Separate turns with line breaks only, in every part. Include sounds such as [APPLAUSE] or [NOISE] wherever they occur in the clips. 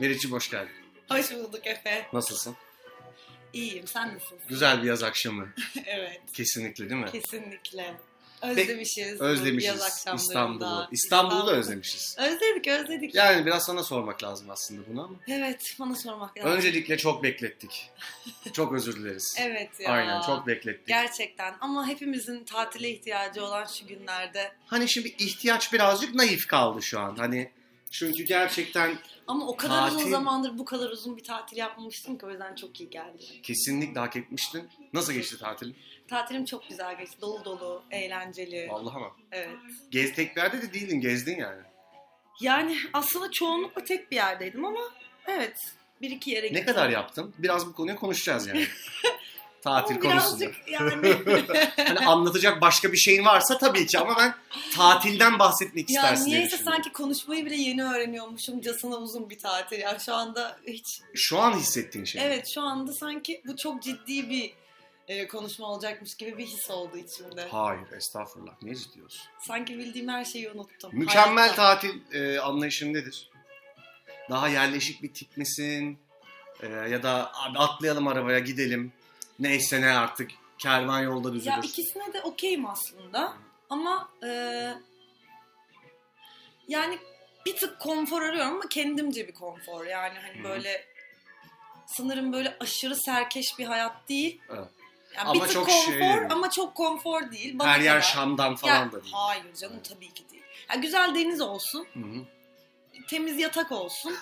Meriç'im hoş geldin.
Hoş bulduk Efe.
Nasılsın?
İyiyim. Sen nasılsın?
Güzel bir yaz akşamı.
[LAUGHS] evet.
Kesinlikle değil mi?
Kesinlikle. Özlemişiz. bu Yaz
Özlemişiz
akşamlarında.
İstanbul'u. İstanbul'u da özlemişiz.
Özledik, özledik.
Yani biraz sana sormak lazım aslında bunu ama.
Evet, bana sormak lazım.
Öncelikle çok
[LAUGHS]
beklettik. Çok özür dileriz.
Evet ya.
Aynen çok beklettik.
Gerçekten ama hepimizin tatile ihtiyacı olan şu günlerde.
Hani şimdi ihtiyaç birazcık naif kaldı şu an. Hani çünkü gerçekten
Ama o kadar
Tatil.
uzun zamandır bu kadar uzun bir tatil yapmamıştım ki o yüzden çok iyi geldi.
kesinlikle hak etmiştin. Nasıl geçti tatilin?
Tatilim çok güzel geçti. Dolu dolu, eğlenceli.
Vallahi ama.
Evet.
Gez tek bir yerde de değildin, gezdin yani.
Yani aslında çoğunlukla tek bir yerdeydim ama evet bir iki yere
Ne
gittim.
kadar yaptın? Biraz bu konuyu konuşacağız
[LAUGHS]
yani. Tatil
Ama
konusunda.
birazcık
[LAUGHS]
yani
Hani anlatacak başka bir şeyin varsa tabii ki ama ben tatilden bahsetmek
ya
istersin diye
niyeyse
düşündüm.
sanki konuşmayı bile yeni öğreniyormuşumcasına uzun bir tatil. Ya şu anda hiç
Şu an hissettiğin şey.
evet şu anda sanki bu çok ciddi bir e, konuşma olacakmış gibi bir his oldu içimde.
Hayır estağfurullah ne diyorsun?
Sanki bildiğim her şeyi unuttum.
Mükemmel
Hayatta-
tatil e, anlayışın nedir? Daha yerleşik bir tip misin? E, ya da abi atlayalım arabaya gidelim. Neyse ne artık kervan yolda düzülür.
Ya ikisine de okeyim aslında ama e, yani bir tık konfor arıyorum ama kendimce bir konfor yani hani
Hı.
böyle sanırım böyle aşırı serkeş bir hayat değil.
Evet.
Yani
Ama
bir tık
çok
konfor
şey-
ama çok konfor değil. Bana
Her yer
kadar.
Şam'dan
Ya,
falan da değil.
Hayır canım tabii ki değil. Ya güzel deniz olsun,
Hı hı.
temiz yatak olsun.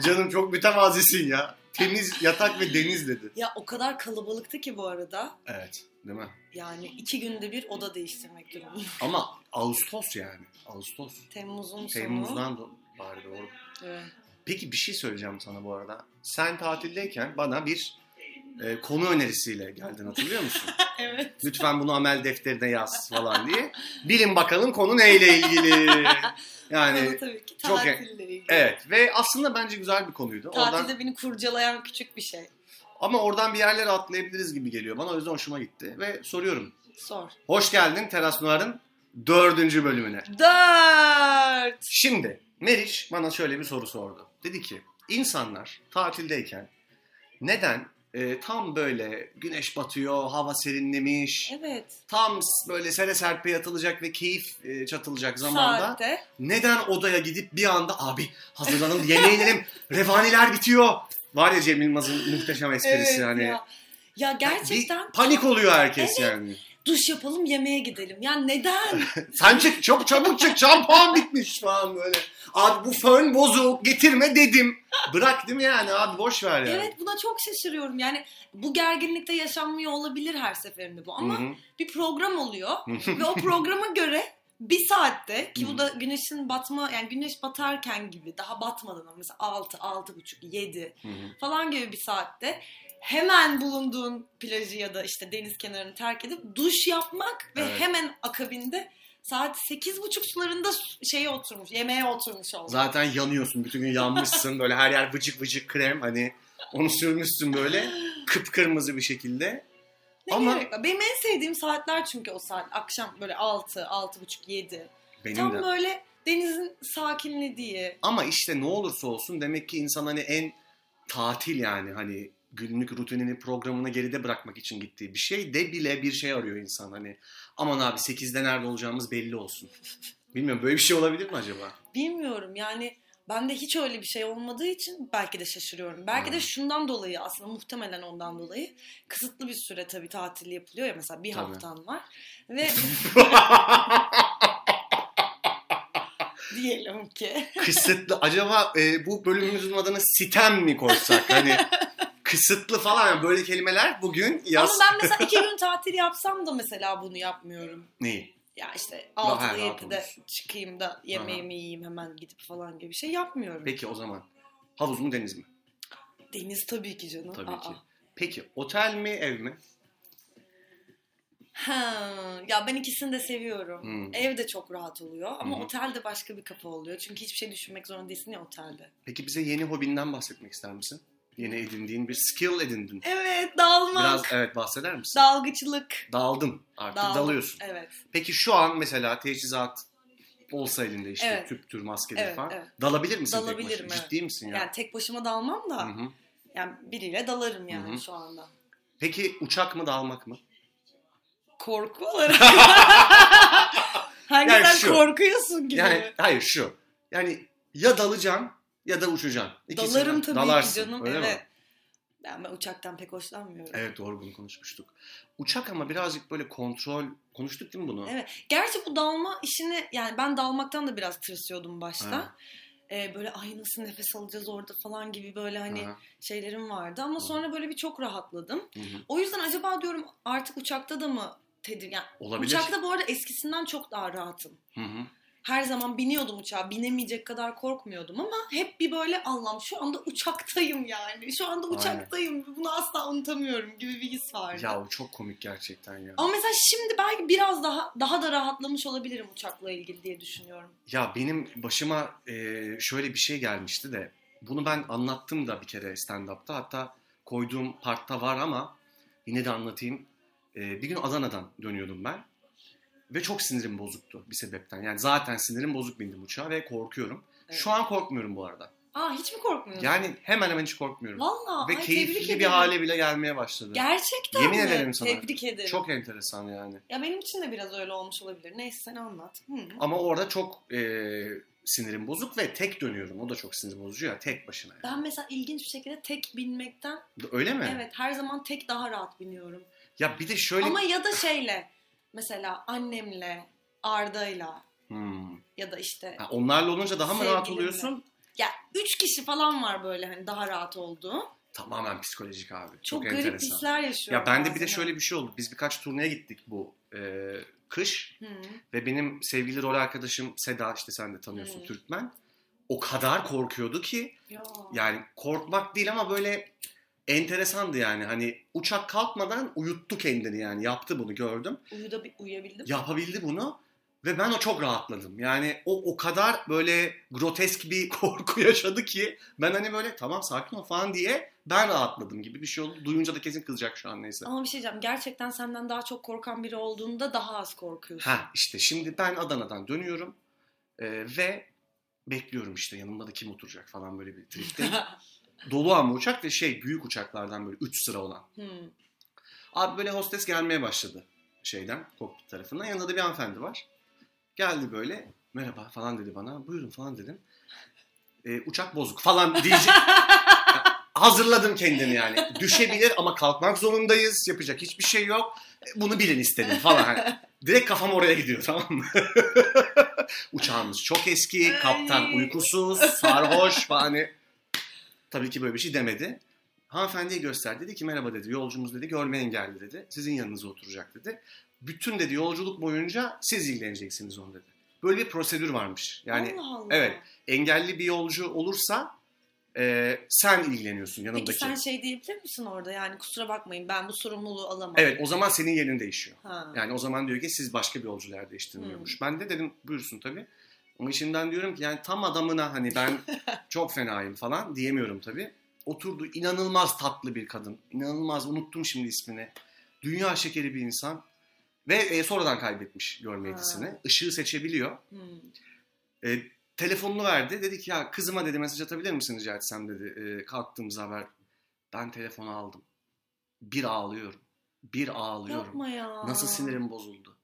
Canım çok mütevazisin ya. Temiz yatak ve deniz dedi.
ya o kadar kalabalıktı ki bu arada.
Evet değil mi?
Yani iki günde bir oda değiştirmek durumunda.
Ama Ağustos yani. Ağustos.
Temmuz'un sonu.
Temmuz'dan da bari doğru.
Evet.
Peki bir şey söyleyeceğim sana bu arada. Sen tatildeyken bana bir e, konu önerisiyle geldin hatırlıyor musun?
evet.
Lütfen bunu amel defterine yaz falan diye. Bilin bakalım konu neyle ilgili.
Konu
Yani
tabii ki
çok-
tatille ilgili.
evet ve aslında bence güzel bir konuydu.
Tatilde
Oradan,
beni kurcalayan küçük bir şey.
ama oradan bir yerlere atlayabiliriz gibi geliyor bana. O yüzden hoşuma gitti ve soruyorum.
Sor.
Hoş geldin Teras Noir'ın dördüncü bölümüne.
Dört.
Şimdi Meriç bana şöyle bir soru sordu. Dedi ki insanlar tatildeyken neden e, tam böyle güneş batıyor, hava serinlemiş,
Evet.
tam s- böyle sere serpe yatılacak ve keyif e, çatılacak zamanda
Saatte.
neden odaya gidip bir anda abi hazırlanın yemeğe inelim, revaniler bitiyor. Var ya Cem Yılmaz'ın muhteşem esprisi hani.
ya. Ya gerçekten
Bir panik oluyor herkes yani.
duş yapalım yemeğe gidelim. Ya
[LAUGHS]
neden?
Sen çık çok çabuk çık şampuan bitmiş falan böyle. Abi bu fön bozuk getirme dedim. Bırak değil mi yani abi boş ver yani.
evet buna çok şaşırıyorum. Yani bu gerginlikte yaşanmıyor olabilir her seferinde bu ama
Hı hı.
bir program oluyor ve o programa göre bir saatte ki
Hı
bu
hı.
da güneşin batma yani güneş batarken gibi daha batmadan ama mesela 6, 6.30, 7
Hı hı.
falan gibi bir saatte hemen bulunduğun plajı ya da işte deniz kenarını terk edip duş yapmak ve
Evet.
hemen akabinde saat sekiz buçuk sularında su- şeye oturmuş, yemeğe oturmuş oldu.
Zaten yanıyorsun bütün gün yanmışsın böyle her yer vıcık vıcık krem hani onu sürmüşsün böyle kıpkırmızı bir şekilde.
Ne
Ama-
gerek var? Benim en sevdiğim saatler çünkü o saat. Akşam böyle altı, altı buçuk, yedi.
Benim
Tam
de.
böyle denizin sakinliği.
Ama işte ne olursa olsun demek ki insan hani en tatil yani hani günlük rutinini programını geride bırakmak için gittiği bir şey de bile bir şey arıyor insan hani aman abi 8'de nerede olacağımız belli
[LAUGHS]
olsun. Bilmiyorum böyle bir şey olabilir mi acaba?
Bilmiyorum yani bende hiç öyle bir şey olmadığı için belki de şaşırıyorum. Belki de
Hmm.
şundan dolayı aslında muhtemelen ondan dolayı kısıtlı bir süre tabii tatil yapılıyor ya mesela bir
Tabii.
haftan var
[LAUGHS]
ve diyelim ki
kısıtlı acaba e, bu bölümümüzün adını sitem mi koysak hani kısıtlı falan yani böyle kelimeler bugün yaz
ama ben mesela iki gün tatil yapsam da mesela bunu yapmıyorum.
neyi?
Ya işte
Daha
6'da
rahat
7'de
olursun.
çıkayım da yemeğimi yiyeyim hemen gidip falan gibi bir şey yapmıyorum.
Peki o zaman havuz mu deniz mi?
Deniz tabii ki canım.
Tabii
Aa.
ki. Peki otel mi ev mi?
Ha, ya ben ikisini de seviyorum.
Hmm.
Ev de çok rahat oluyor ama
Hı hı.
otel de başka bir kapı oluyor. Çünkü hiçbir şey düşünmek zorunda değilsin ya otelde.
Peki bize yeni hobinden bahsetmek ister misin? Yeni
Hmm.
edindiğin bir skill edindin.
Evet, dalmak,
Biraz evet bahseder misin?
dalgıçlık.
Daldın artık
Dal-
dalıyorsun.
Evet.
Peki şu an mesela teçhizat olsa elinde işte
Evet.
tüptür, maskedir
Evet,
falan.
evet.
Dalabilir misin tek
Dalabilirim,
başına?
evet.
Ciddi misin ya?
Yani tek başıma dalmam da
Hı hı.
yani biriyle dalarım yani
Hı hı.
şu anda.
Peki uçak mı dalmak mı?
Korku
[LAUGHS]
olarak. Hangiden
Yani şu.
korkuyorsun gibi.
Yani hayır şu. Yani ya dalacaksın ya da uçacaksın. İkisinden.
Dalarım tabii
Dalarsın,
ki canım.
öyle mi?
evet. Yani ben uçaktan pek hoşlanmıyorum.
Evet doğru bunu konuşmuştuk. Uçak ama birazcık böyle kontrol konuştuk değil mi bunu?
Evet, Gerçi bu dalma işini yani ben dalmaktan da biraz tırsıyordum başta.
Ha.
Ee, böyle ay nasıl nefes alacağız orada falan gibi böyle hani
Aha,
şeylerim vardı ama
Hı.
sonra böyle bir çok rahatladım.
hı hı.
O yüzden acaba diyorum artık uçakta da mı tedir yani
Olabilir.
uçakta bu arada eskisinden çok daha rahatım.
Hı hı.
Her zaman biniyordum uçağa. Binemeyecek kadar korkmuyordum ama hep bir böyle Allah'ım şu anda uçaktayım yani. Şu anda
Aynen.
uçaktayım. Bunu asla unutamıyorum gibi bir his vardı.
Ya o çok komik gerçekten ya.
Ama mesela şimdi belki biraz daha daha da rahatlamış olabilirim uçakla ilgili diye düşünüyorum.
Ya benim başıma e, şöyle bir şey gelmişti de bunu ben anlattım da bir kere stand-up'ta hatta koyduğum partta var ama yine de anlatayım. E, bir gün Adana'dan dönüyordum ben ve çok sinirim bozuktu bir sebepten. Yani zaten sinirim bozuk bindim uçağa ve korkuyorum.
Evet.
Şu an korkmuyorum bu arada.
Aa hiç mi korkmuyorsun?
Yani hemen hemen hiç korkmuyorum.
Valla
ve
ay, tebrik
keyifli bir
ederim.
hale bile gelmeye başladı.
Gerçekten
Yemin
mi?
ederim sana.
Tebrik ederim.
Çok enteresan yani.
Ya benim için de biraz öyle olmuş olabilir. Neyse sen anlat. Hı.
Ama orada çok e, sinirim bozuk ve tek dönüyorum. O da çok sinir bozucu ya tek başına. yani.
Ben mesela ilginç bir şekilde tek binmekten
Öyle mi?
evet. her zaman tek daha rahat biniyorum.
Ya bir de şöyle...
Ama ya da şeyle mesela annemle, Arda'yla
Hmm.
ya da işte
Ha, onlarla olunca daha mı rahat
Sevgilimle.
oluyorsun?
ya üç kişi falan var böyle hani daha rahat olduğu. Çok,
Tamamen psikolojik abi. Çok,
garip
enteresan.
hisler yaşıyorum.
Ya bende bir de
bazen.
şöyle bir şey oldu. Biz birkaç turneye gittik bu e, kış
Hı.
ve benim sevgili rol arkadaşım Seda işte sen de tanıyorsun
Hı.
Türkmen. O kadar korkuyordu ki
Ya.
yani korkmak değil ama böyle enteresandı yani. Hani uçak kalkmadan uyuttu kendini yani. Yaptı bunu gördüm.
Uyuda bir uyuyabildim.
yapabildi bunu ve ben o çok rahatladım. Yani o o kadar böyle grotesk bir [LAUGHS] korku yaşadı ki ben hani böyle tamam sakin ol falan diye ben rahatladım gibi bir şey oldu. Duyunca da kesin kızacak şu an neyse.
Ama bir şey diyeceğim. Gerçekten senden daha çok korkan biri olduğunda daha az korkuyorsun.
Ha işte şimdi ben Adana'dan dönüyorum e, ve bekliyorum işte yanımda da kim oturacak falan böyle bir
[LAUGHS]
tripteyim. Dolu ama uçak ve şey büyük uçaklardan böyle 3 sıra olan.
[LAUGHS] Hı.
Abi böyle hostes gelmeye başladı şeyden, kokpit tarafından. Yanında da bir hanımefendi var. Geldi böyle, merhaba falan dedi bana. Buyurun falan dedim. "E, uçak bozuk falan diyecek. [LAUGHS] Ya, Hazırladım kendimi yani. Düşebilir ama kalkmak zorundayız. Yapacak hiçbir şey yok. E, Bunu bilin istedim falan. Hani direkt kafam oraya gidiyor tamam mı? [LAUGHS] Uçağımız çok eski. Kaptan
Ay.
uykusuz, sarhoş falan. Hani Tabii ki böyle bir şey demedi. Hanımefendiye göster dedi ki merhaba dedi yolcumuz dedi görme engelli dedi sizin yanınıza oturacak dedi. Bütün dedi yolculuk boyunca siz ilgileneceksiniz onu dedi. Böyle bir prosedür varmış. Yani
Allah Allah.
evet, engelli bir yolcu olursa e, sen ilgileniyorsun
Peki
yanındaki.
sen şey diyebilir misin orada yani kusura bakmayın ben bu sorumluluğu alamam.
Evet o zaman senin yerin değişiyor.
Ha.
Yani o zaman diyor ki siz başka bir yolcu yerleştiriliyormuş. Ben de dedim buyursun tabii. Ama içimden diyorum ki yani tam adamına hani ben çok fenayım falan diyemiyorum tabii. Oturdu inanılmaz tatlı bir kadın. İnanılmaz unuttum şimdi ismini. Dünya şekeri bir insan. Ve e, sonradan kaybetmiş görme
Ha.
yetisini. Işığı seçebiliyor.
Hmm.
E, telefonunu verdi. Dedi ki ya kızıma dedi mesaj atabilir misin rica etsem dedi. E, kalktığımız haber. Ben telefonu aldım. Bir ağlıyorum. Bir ağlıyorum.
Yapma ya.
Nasıl sinirim bozuldu.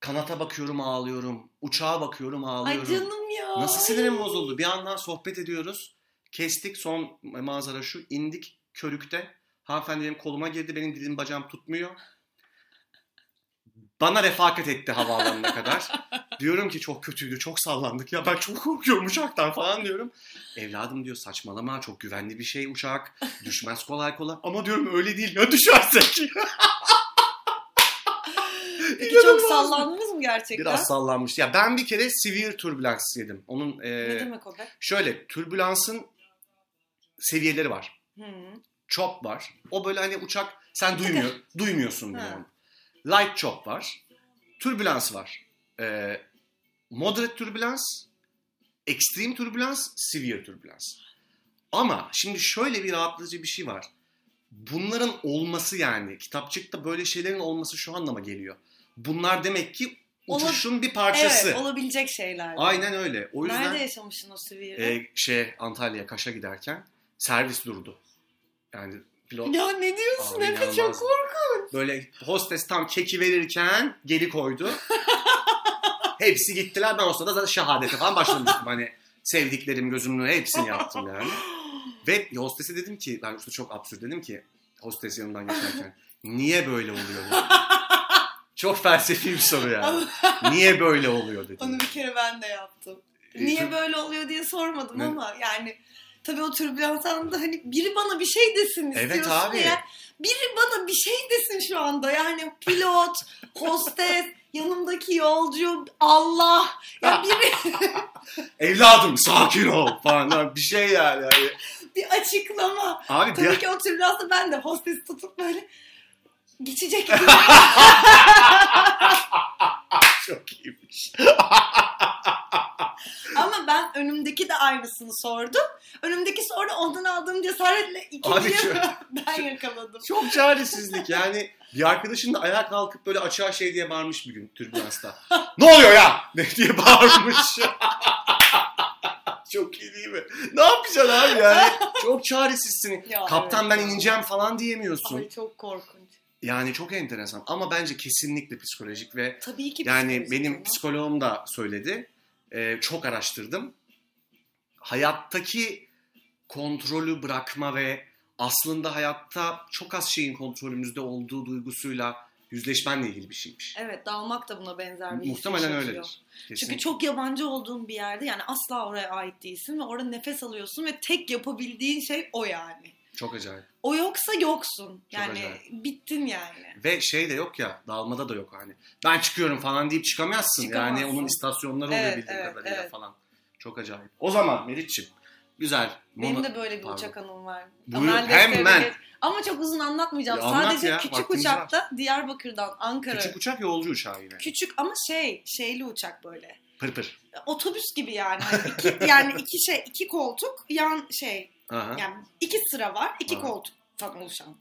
Kanata bakıyorum ağlıyorum. Uçağa bakıyorum
Ay
ağlıyorum.
canım ya.
Nasıl
Ay.
sinirim bozuldu. Bir yandan sohbet ediyoruz. Kestik son manzara şu. indik körükte. Hanımefendi benim koluma girdi. Benim dilim bacağım tutmuyor. Bana refakat etti havaalanına
[LAUGHS]
kadar. diyorum ki çok kötüydü, çok sallandık ya ben çok korkuyorum uçaktan falan diyorum. Evladım diyor saçmalama çok güvenli bir şey uçak. Düşmez kolay kolay. Ama diyorum öyle değil ya düşersek.
Peki çok
İnanılmaz.
sallandınız mı gerçekten?
Biraz sallanmış. Ya ben bir kere severe turbulans yedim. Onun e,
Ne demek o be?
şöyle türbülansın seviyeleri var.
Hı.
Chop var. O böyle hani uçak sen duymuyor duymuyorsun bile
Ha.
onu. Light chop var. Türbülans var. E, moderate türbülans, extreme türbülans, severe türbülans. Ama şimdi şöyle bir rahatlatıcı bir şey var. Bunların olması yani kitapçıkta böyle şeylerin olması şu anlama geliyor. Bunlar demek ki
Ola-
uçuşun bir parçası.
Evet olabilecek şeyler.
Aynen öyle. O yüzden
Nerede yaşamışsın o Sivir'i?
e, şey Antalya Kaş'a giderken servis durdu. Yani pilot
ya ne diyorsun?
Abi
Efe çok
inanılmaz.
korkunç.
böyle hostes tam keki verirken geri koydu. Hepsi gittiler. Ben o sırada zaten şehadete falan başlamıştım. hani sevdiklerim gözümün önüne hepsini yaptım yani. Ve hostese dedim ki ben işte çok absürt dedim ki hostes yanımdan geçerken niye böyle oluyor? bu?" çok felsefi bir soru yani. niye böyle oluyor dedim.
Onu bir kere ben de yaptım.
E,
Niye
tabii-
böyle oluyor diye sormadım
Ne-
ama yani tabii o türbülans anında hani biri bana bir şey desin
Evet
istiyorsun
abi.
ya. Biri bana bir şey desin şu anda yani
[LAUGHS]
pilot, hostes, yanımdaki yolcu, Allah.
Ah.
Ya biri
Evladım sakin ol falan bir şey yani. yani.
bir açıklama.
Abi bir-
Tabii ki o türbülansta ben de hostesi tutup böyle
[LAUGHS]
geçecek gibi.
çok iyiymiş.
Ama ben önümdeki de aynısını sordum. Önümdeki sonra ondan aldığım cesaretle
Abi
ikinciyi
çok-
[LAUGHS] ben yakaladım.
Çok çaresizlik yani. Bir arkadaşım da ayağa kalkıp böyle açığa şey diye bağırmış bir gün türbülansta. ne oluyor ya? [LAUGHS] Ne diye bağırmış. Çok iyi değil mi? Ne yapacaksın abi yani? Çok çaresizsin.
Ya,
Kaptan
evet.
ben ineceğim falan diyemiyorsun.
Ay çok korkunç.
Yani çok enteresan ama bence kesinlikle psikolojik ve
Tabii ki
Yani
psikolojik
benim
ama.
psikoloğum da söyledi. Ee, çok araştırdım. Hayattaki kontrolü bırakma ve aslında hayatta çok az şeyin kontrolümüzde olduğu duygusuyla yüzleşmenle ilgili bir şeymiş.
Evet dalmak da buna benzer bir his
Muhtemelen
yaşatıyor.
öyledir.
Çünkü
Kesinlikle.
çok yabancı olduğun bir yerde yani asla oraya ait değilsin ve orada nefes alıyorsun ve tek yapabildiğin şey o yani.
Çok acayip.
O yoksa yoksun.
Çok
Yani
acayip.
bittin yani.
Ve şey de yok ya, dalmada da yok hani. Ben çıkıyorum falan deyip çıkamazsın.
Çıkamazsın.
Yani onun istasyonları oluyor
Evet,
bildiğim
evet,
kadarıyla
evet.
falan. Çok acayip. O zaman Meriç'ciğim, güzel.
Benim
mono-
de böyle bir
Pardon.
uçak anım var.
Buyur,
Anal
hemen.
defterleri- Ama çok uzun anlatmayacağım.
Ya anlat
Sadece
ya,
küçük
vaktimiz
uçakta Diyarbakır'dan Ankara.
Küçük
Küçük...
uçak yolcu uçağı yine.
ama şey, şeyli uçak böyle.
Pır pır.
Otobüs gibi yani. Hani iki- yani iki şey, iki koltuk, yan şey,
Aha.
Yani iki sıra var, iki
Aha.
koltuktan oluşan.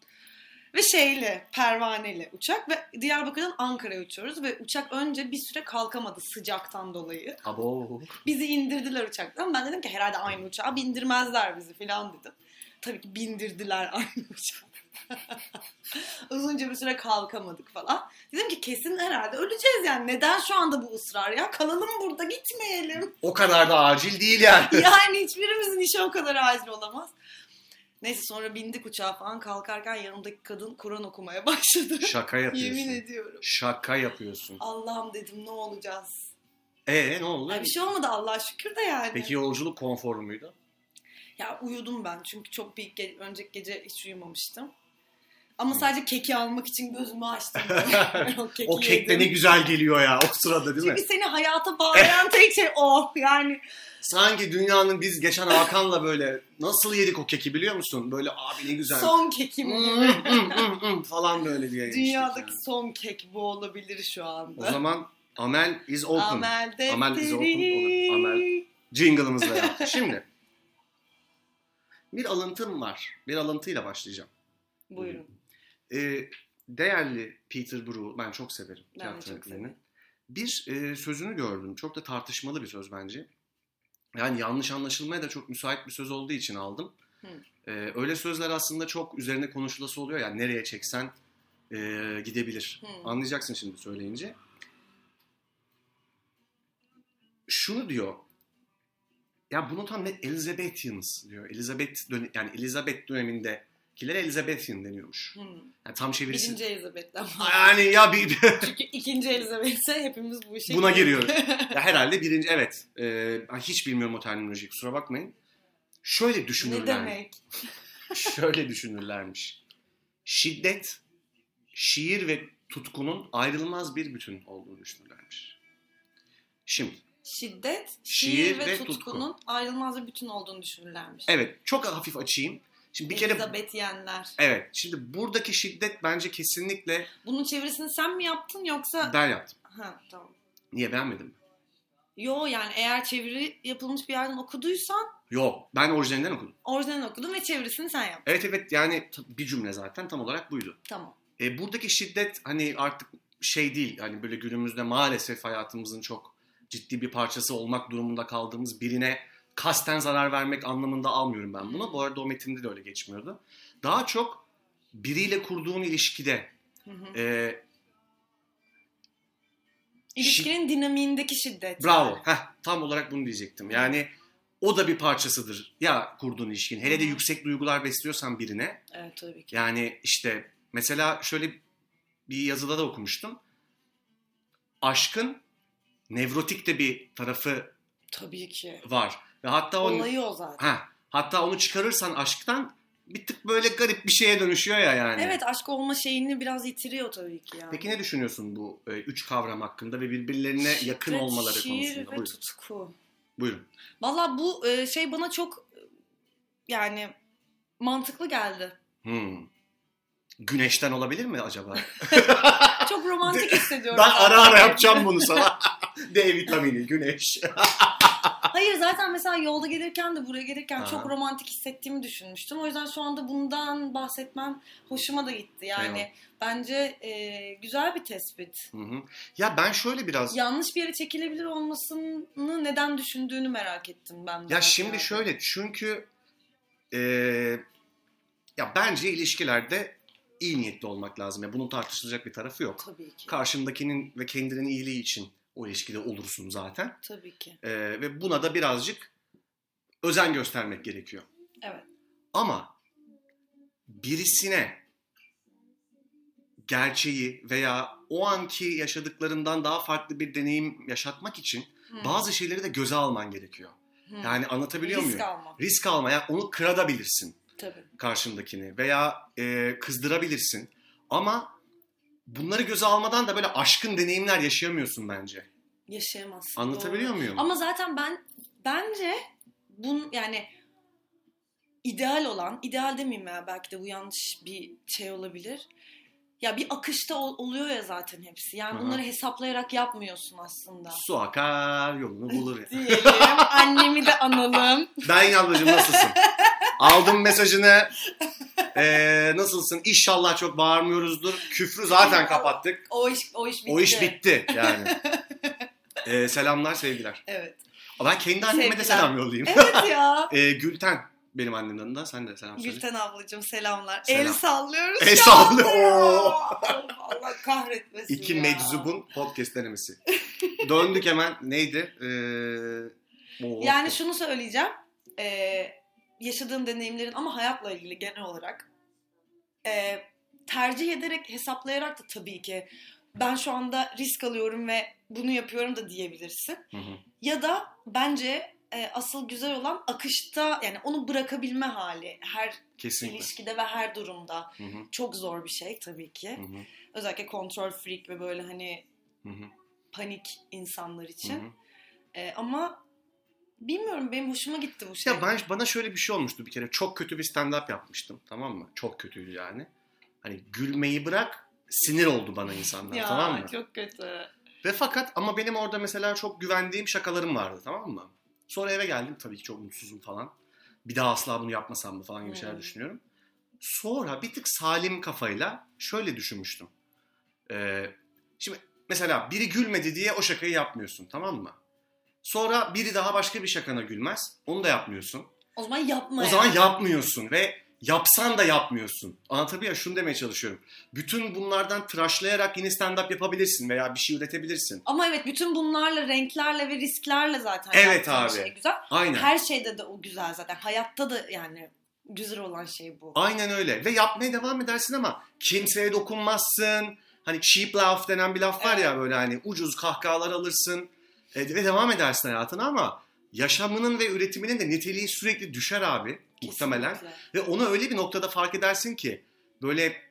Ve şeyli, pervaneli uçak ve Diyarbakır'dan Ankara'ya uçuyoruz ve uçak önce bir süre kalkamadı sıcaktan dolayı.
Abo.
Bizi indirdiler uçaktan. Ben dedim ki herhalde aynı uçağa bindirmezler bizi falan dedim. Tabii ki bindirdiler [LAUGHS] aynı uçağa. Uzunca bir süre kalkamadık falan. Dedim ki kesin herhalde öleceğiz yani. Neden şu anda bu ısrar ya? Kalalım burada gitmeyelim.
O kadar da acil değil [LAUGHS] yani.
yani hiçbirimizin işi o kadar acil olamaz. Neyse sonra bindik uçağa falan kalkarken yanımdaki kadın Kur'an okumaya [LAUGHS] başladı.
Şaka yapıyorsun.
Yemin ediyorum.
Şaka yapıyorsun.
Allah'ım dedim ne olacağız?
Ee ne oldu?
Ay bir şey olmadı Allah'a şükür de yani.
Peki yolculuk konfor muydu?
Ya uyudum ben çünkü çok bir ge- önceki gece hiç uyumamıştım. Ama
Hı.
sadece keki almak için
[LAUGHS]
gözümü açtım. [LAUGHS] o keki
o kek de
yedim.
ne güzel geliyor ya o sırada değil mi?
Çünkü seni
[LAUGHS]
hayata bağlayan tek şey o. Yani
Sanki dünyanın biz geçen Hakan'la böyle nasıl yedik o keki biliyor musun? Böyle abi ne güzel.
son kekim.
Mm, [LAUGHS] mm, mm, mm falan böyle diye yemiştik
Dünyadaki
yani.
son kek bu olabilir şu anda.
O zaman Amel is open.
Amel defteri.
Amel is open olur. Amel. Jingle'ımızla yaptık. Şimdi bir alıntım var. Bir alıntıyla başlayacağım.
Buyurun.
Ee, değerli Peter Brew'u ben çok severim.
Ben de
tiyatro
çok
yönetmenini.
severim.
Bir e, sözünü gördüm. Çok da tartışmalı bir söz bence. Yani yanlış anlaşılmaya da çok müsait bir söz olduğu için aldım.
Hı.
E, öyle sözler aslında çok üzerine konuşulası oluyor. Yani nereye çeksen e, gidebilir.
Hı.
Anlayacaksın şimdi söyleyince. Şunu diyor. Ya bunu tam net Elizabethans diyor. Elizabeth dön yani Elizabeth dönemindekiler Elizabethan deniyormuş.
Hmm.
Yani tam çevirisi.
Birinci Elizabeth'ten [LAUGHS]
Yani
bahsediyoruz.
ya bir [LAUGHS]
Çünkü ikinci Elizabeth'se hepimiz bu işe
Buna
[LAUGHS] girdik.
ya herhalde birinci evet. Ee, ben hiç bilmiyorum o terminolojiyi kusura bakmayın. Şöyle düşünürler.
ne demek?
[LAUGHS]
[LAUGHS]
Şöyle düşünürlermiş. Şiddet, şiir ve tutkunun ayrılmaz bir bütün olduğunu düşünürlermiş. Şimdi
Şiddet, şiir,
Şiir
ve,
ve tutku.
tutkunun ayrılmaz bir bütün olduğunu düşünürlermiş.
evet çok hafif açayım. Şimdi bir kere
Elizabethiyenler.
evet şimdi buradaki şiddet bence kesinlikle
Bunun çevirisini sen mi yaptın yoksa...
ben yaptım.
Ha tamam.
Niye beğenmedim?
Yo yani eğer çeviri yapılmış bir yerden okuduysan
Yok ben orijinalinden okudum.
orijinalini okudun ve çevirisini sen yaptın.
Evet evet yani t- bir cümle zaten tam olarak buydu.
Tamam.
E, buradaki şiddet hani artık şey değil. Hani böyle günümüzde maalesef hayatımızın çok ciddi bir parçası olmak durumunda kaldığımız birine kasten zarar vermek anlamında almıyorum ben buna. Bu arada o metinde de öyle geçmiyordu. Daha çok biriyle kurduğun ilişkide
Hı hı.
e,
İlişkinin dinamiğindeki şiddet.
Bravo. Heh, tam olarak bunu diyecektim. Yani o da bir parçasıdır ya kurduğun ilişkin. Hele de
Hı hı.
yüksek duygular besliyorsan birine.
Evet tabii ki.
Yani işte mesela şöyle bir yazıda da okumuştum. Aşkın nevrotik de bir tarafı
Tabii ki.
var. Ve hatta onu,
Olayı o zaten.
ha, hatta onu çıkarırsan aşktan bir tık böyle garip bir şeye dönüşüyor ya yani.
Evet aşk olma şeyini biraz yitiriyor tabii ki yani.
Peki ne düşünüyorsun bu e, üç kavram hakkında ve birbirlerine yakın
Şiddet,
olmaları
Şiir
konusunda?
ve
Buyurun.
tutku.
Buyurun.
Valla bu e, şey bana çok e, yani mantıklı geldi.
Hmm. Güneşten olabilir mi
[LAUGHS]
acaba? [LAUGHS]
Çok romantik hissediyorum.
Ben ara ara yapacağım bunu sana. [LAUGHS] D vitamini, güneş.
[LAUGHS] Hayır zaten mesela yolda gelirken de buraya gelirken
Aha.
çok romantik hissettiğimi düşünmüştüm. O yüzden şu anda bundan bahsetmem hoşuma da gitti. Yani
Eyvallah.
bence e, güzel bir tespit.
Hı hı. Ya ben şöyle biraz... Ya,
Yanlış bir yere çekilebilir olmasını neden düşündüğünü merak ettim ben. biraz
şimdi
yani.
şöyle çünkü... e, ya bence ilişkilerde iyi niyetli olmak lazım. Ya bunun tartışılacak bir tarafı yok.
Tabii ki.
Karşındakinin ve kendinin iyiliği için o ilişkide olursun zaten.
Tabii ki.
E, ve buna da birazcık özen göstermek gerekiyor.
Evet.
Ama birisine gerçeği veya o anki yaşadıklarından daha farklı bir deneyim yaşatmak için
Hı.
bazı şeyleri de göze alman gerekiyor.
Hı.
Yani anlatabiliyor
Risk
muyum?
almak.
Risk alma. Yani onu kırabilirsin
Tabii.
karşındakini veya e, kızdırabilirsin. Ama bunları göze almadan da böyle aşkın deneyimler yaşayamıyorsun bence.
Yaşayamazsın.
Anlatabiliyor muyum?
Ama zaten ben bence bun yani ideal olan, ideal demeyeyim ya belki de bu yanlış bir şey olabilir. Ya bir akışta ol- oluyor ya zaten hepsi. Yani
Aha.
bunları hesaplayarak
[LAUGHS]
yapmıyorsun aslında.
Su akar yolunu bulur. ya.
Diyelim. Annemi de analım.
Ben ablacığım
[LAUGHS]
nasılsın? Aldım mesajını. Ee, nasılsın? İnşallah çok bağırmıyoruzdur. Küfrü zaten kapattık.
O iş, o iş bitti.
O iş bitti yani. Ee, selamlar sevgiler.
Evet.
Aa, Ben kendi anneme de
Sevgiler.
selam yollayayım.
Evet
[LAUGHS]
ya.
Ee, Gülten benim annemin adında. Sen de selam söyle.
Gülten ablacığım selamlar.
Selam.
El sallıyoruz.
El
şu
sallıyor.
anda ya.
Oo.
[LAUGHS] Allah kahretmesin
İki
ya.
meczubun podcast denemesi.
[LAUGHS]
Döndük hemen. Neydi? Ee, o-
Yani şunu söyleyeceğim. Ee, yaşadığım deneyimlerin ama hayatla ilgili genel olarak ee, tercih ederek hesaplayarak da tabii ki ben şu anda risk alıyorum ve bunu yapıyorum da diyebilirsin.
Hı hı.
Ya da bence e, asıl güzel olan akışta yani onu bırakabilme hali her
Kesinlikle.
ilişkide ve her durumda
Hı hı,
çok zor bir şey tabii ki.
hı hı,
Özellikle kontrol freak ve böyle hani
hı hı,
panik insanlar için.
hı hı.
Ee, ama bilmiyorum benim hoşuma gitti bu şey.
Ya ben bana şöyle bir şey olmuştu bir kere. Çok kötü bir stand-up yapmıştım tamam mı? Çok kötüydü yani. Hani gülmeyi bırak sinir oldu bana insanlar
ya,
tamam mı?
çok kötü.
Ve fakat ama benim orada mesela çok güvendiğim şakalarım vardı tamam mı? Sonra eve geldim tabii ki çok mutsuzum falan. Bir daha asla bunu yapmasam mı falan gibi şeyler
Hmm.
düşünüyorum. Sonra bir tık salim kafayla şöyle düşünmüştüm. Ee, şimdi mesela biri gülmedi diye o şakayı yapmıyorsun tamam mı? Sonra biri daha başka bir şakana gülmez. Onu da yapmıyorsun.
O zaman yapma
O
ya.
zaman yapmıyorsun ve yapsan da yapmıyorsun. Anlatabiliyor muyum? Şunu demeye çalışıyorum. Bütün bunlardan tıraşlayarak yine stand-up yapabilirsin veya bir şey üretebilirsin.
Ama evet bütün bunlarla renklerle ve risklerle zaten
Evet
yaptığın
abi.
şey güzel.
Aynen.
Her şeyde de o güzel zaten. Hayatta da yani güzel olan şey bu.
Aynen öyle. Ve yapmaya devam edersin ama kimseye dokunmazsın. Hani cheap laugh denen bir laf var ya böyle hani ucuz kahkahalar alırsın. E, ve devam edersin hayatına ama yaşamının ve üretiminin de niteliği sürekli düşer abi muhtemelen.
Kesinlikle.
Ve onu öyle bir noktada fark edersin ki böyle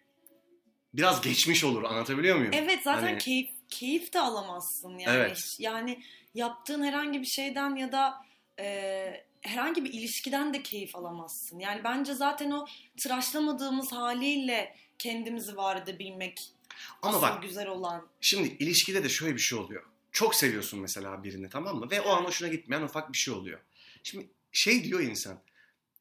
biraz geçmiş olur anlatabiliyor muyum?
Evet zaten
Hani-
keyif keyif de alamazsın yani.
Evet.
Yani yaptığın herhangi bir şeyden ya da e, herhangi bir ilişkiden de keyif alamazsın. Yani bence zaten o tıraşlamadığımız haliyle kendimizi var edebilmek
Ama
asıl
bak
güzel olan.
Şimdi ilişkide de şöyle bir şey oluyor. Çok seviyorsun mesela birini tamam mı? Ve o an hoşuna gitmeyen ufak bir şey oluyor. Şimdi şey diyor insan.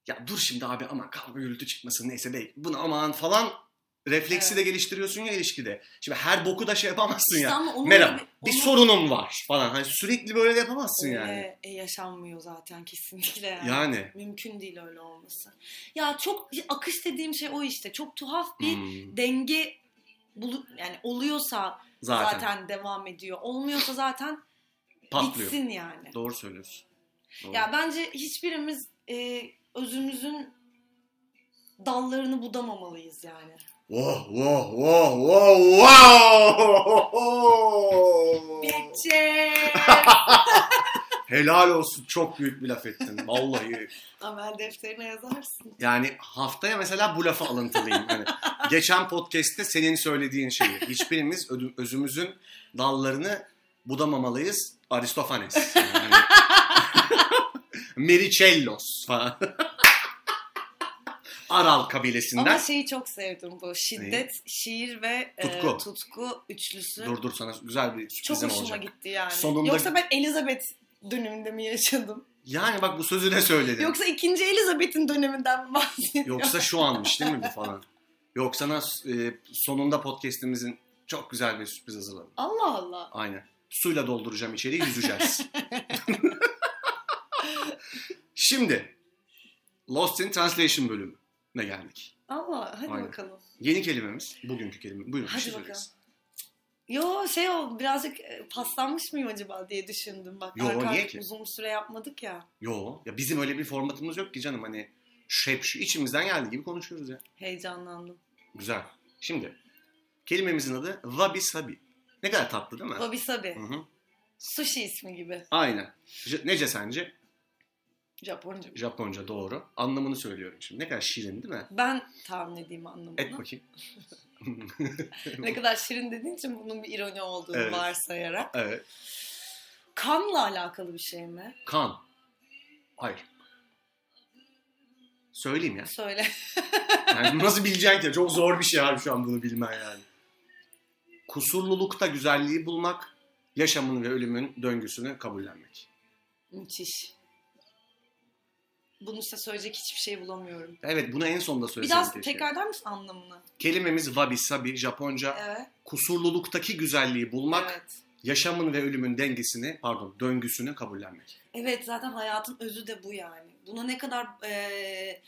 Ya dur şimdi abi aman kavga gürültü çıkmasın neyse be bunu aman falan Refleksi
Evet.
de geliştiriyorsun ya ilişkide. Şimdi her boku da şey yapamazsın
İşte
ya.
ama onun
Merhaba
gibi-
bir
onun-
sorunum var falan. Hani sürekli böyle de yapamazsın
Öyle,
yani.
e, yaşanmıyor zaten kesinlikle yani.
Yani.
Mümkün değil öyle olması. Ya çok akış dediğim şey o işte. Çok tuhaf bir
Hmm,
denge bulu, yani oluyorsa
zaten,
zaten. devam ediyor. Olmuyorsa zaten
patlıyor.
bitsin yani.
Doğru söylüyorsun. Doğru.
Ya bence hiçbirimiz e, özümüzün dallarını budamamalıyız yani.
Wow wow wow wow wow. [LAUGHS]
Betçe!
Helal olsun çok büyük bir laf ettin
[LAUGHS]
vallahi.
Amel defterine yazarsın.
Yani haftaya mesela bu lafı alıntılıyım. Hani geçen podcast'te senin söylediğin şeyi. Hiçbirimiz ödü- özümüzün dallarını budamamalıyız. Aristofanes.
[LAUGHS]
Yani. Mericellos falan. Aral kabilesinden.
Ama şeyi çok sevdim bu. Şiddet, şiir ve e,
Tutku.
tutku üçlüsü.
Dur dur sana güzel bir
Çok
sürprizim
hoşuma
olacak.
gitti yani.
Sonunda-
Yoksa ben Elizabeth döneminde mi yaşadım?
Yani bak bu sözü de söyledin. Yoksa,
Yoksa ikinci Elizabeth'in döneminden mi bahsediyorum?
şu anmış değil mi bu falan. Yok sana e, sonunda podcast'imizin çok güzel bir sürpriz hazırladım.
[LAUGHS] Allah Allah.
Aynen. Suyla dolduracağım içeriği
[LAUGHS]
yüzeceğiz. Şimdi Lost in Translation bölümüne geldik.
Allah hadi
Aynen.
bakalım.
Yeni kelimemiz, bugünkü kelime. Buyurun bir
Hadi
şey
bakalım.
söyleyiniz.
Yo şey o birazcık e, paslanmış mıyım acaba diye düşündüm. Bak
Yo,
arka
niye
arka
ki?
uzun bir süre yapmadık ya.
Yo, ya bizim öyle bir formatımız yok ki canım hani şey, şu içimizden geldiği gibi konuşuyoruz ya.
Heyecanlandım.
Güzel. Şimdi kelimemizin adı Wabi Sabi. Ne kadar tatlı değil mi?
Wabi Sabi.
Hı hı.
Sushi ismi gibi.
Aynen. J- nece sence?
Japonca. şey.
Japonca doğru. Anlamını söylüyorum şimdi. Ne kadar şirin değil mi?
Ben tahmin edeyim anlamını.
Et bakayım.
ne kadar şirin dediğin için bunun bir ironi olduğunu
Evet.
varsayarak.
evet.
Kanla alakalı bir şey mi?
Kan. Hayır. Söyleyeyim ya.
Söyle.
Yani nasıl bileceksin ki? Çok zor bir şey abi şu an bunu bilmen yani. Kusurlulukta güzelliği bulmak, yaşamın ve ölümün döngüsünü kabullenmek.
Müthiş. Bunun üstüne söyleyecek hiçbir şey bulamıyorum.
Evet bunu en sonda söylesem
Biraz
keşke.
tekrarlar mısın anlamını?
Kelimemiz wabi sabi Japonca
Evet.
kusurluluktaki güzelliği bulmak,
Evet.
yaşamın ve ölümün dengesini pardon döngüsünü kabullenmek.
Evet zaten hayatın özü de bu yani. Buna ne kadar eee,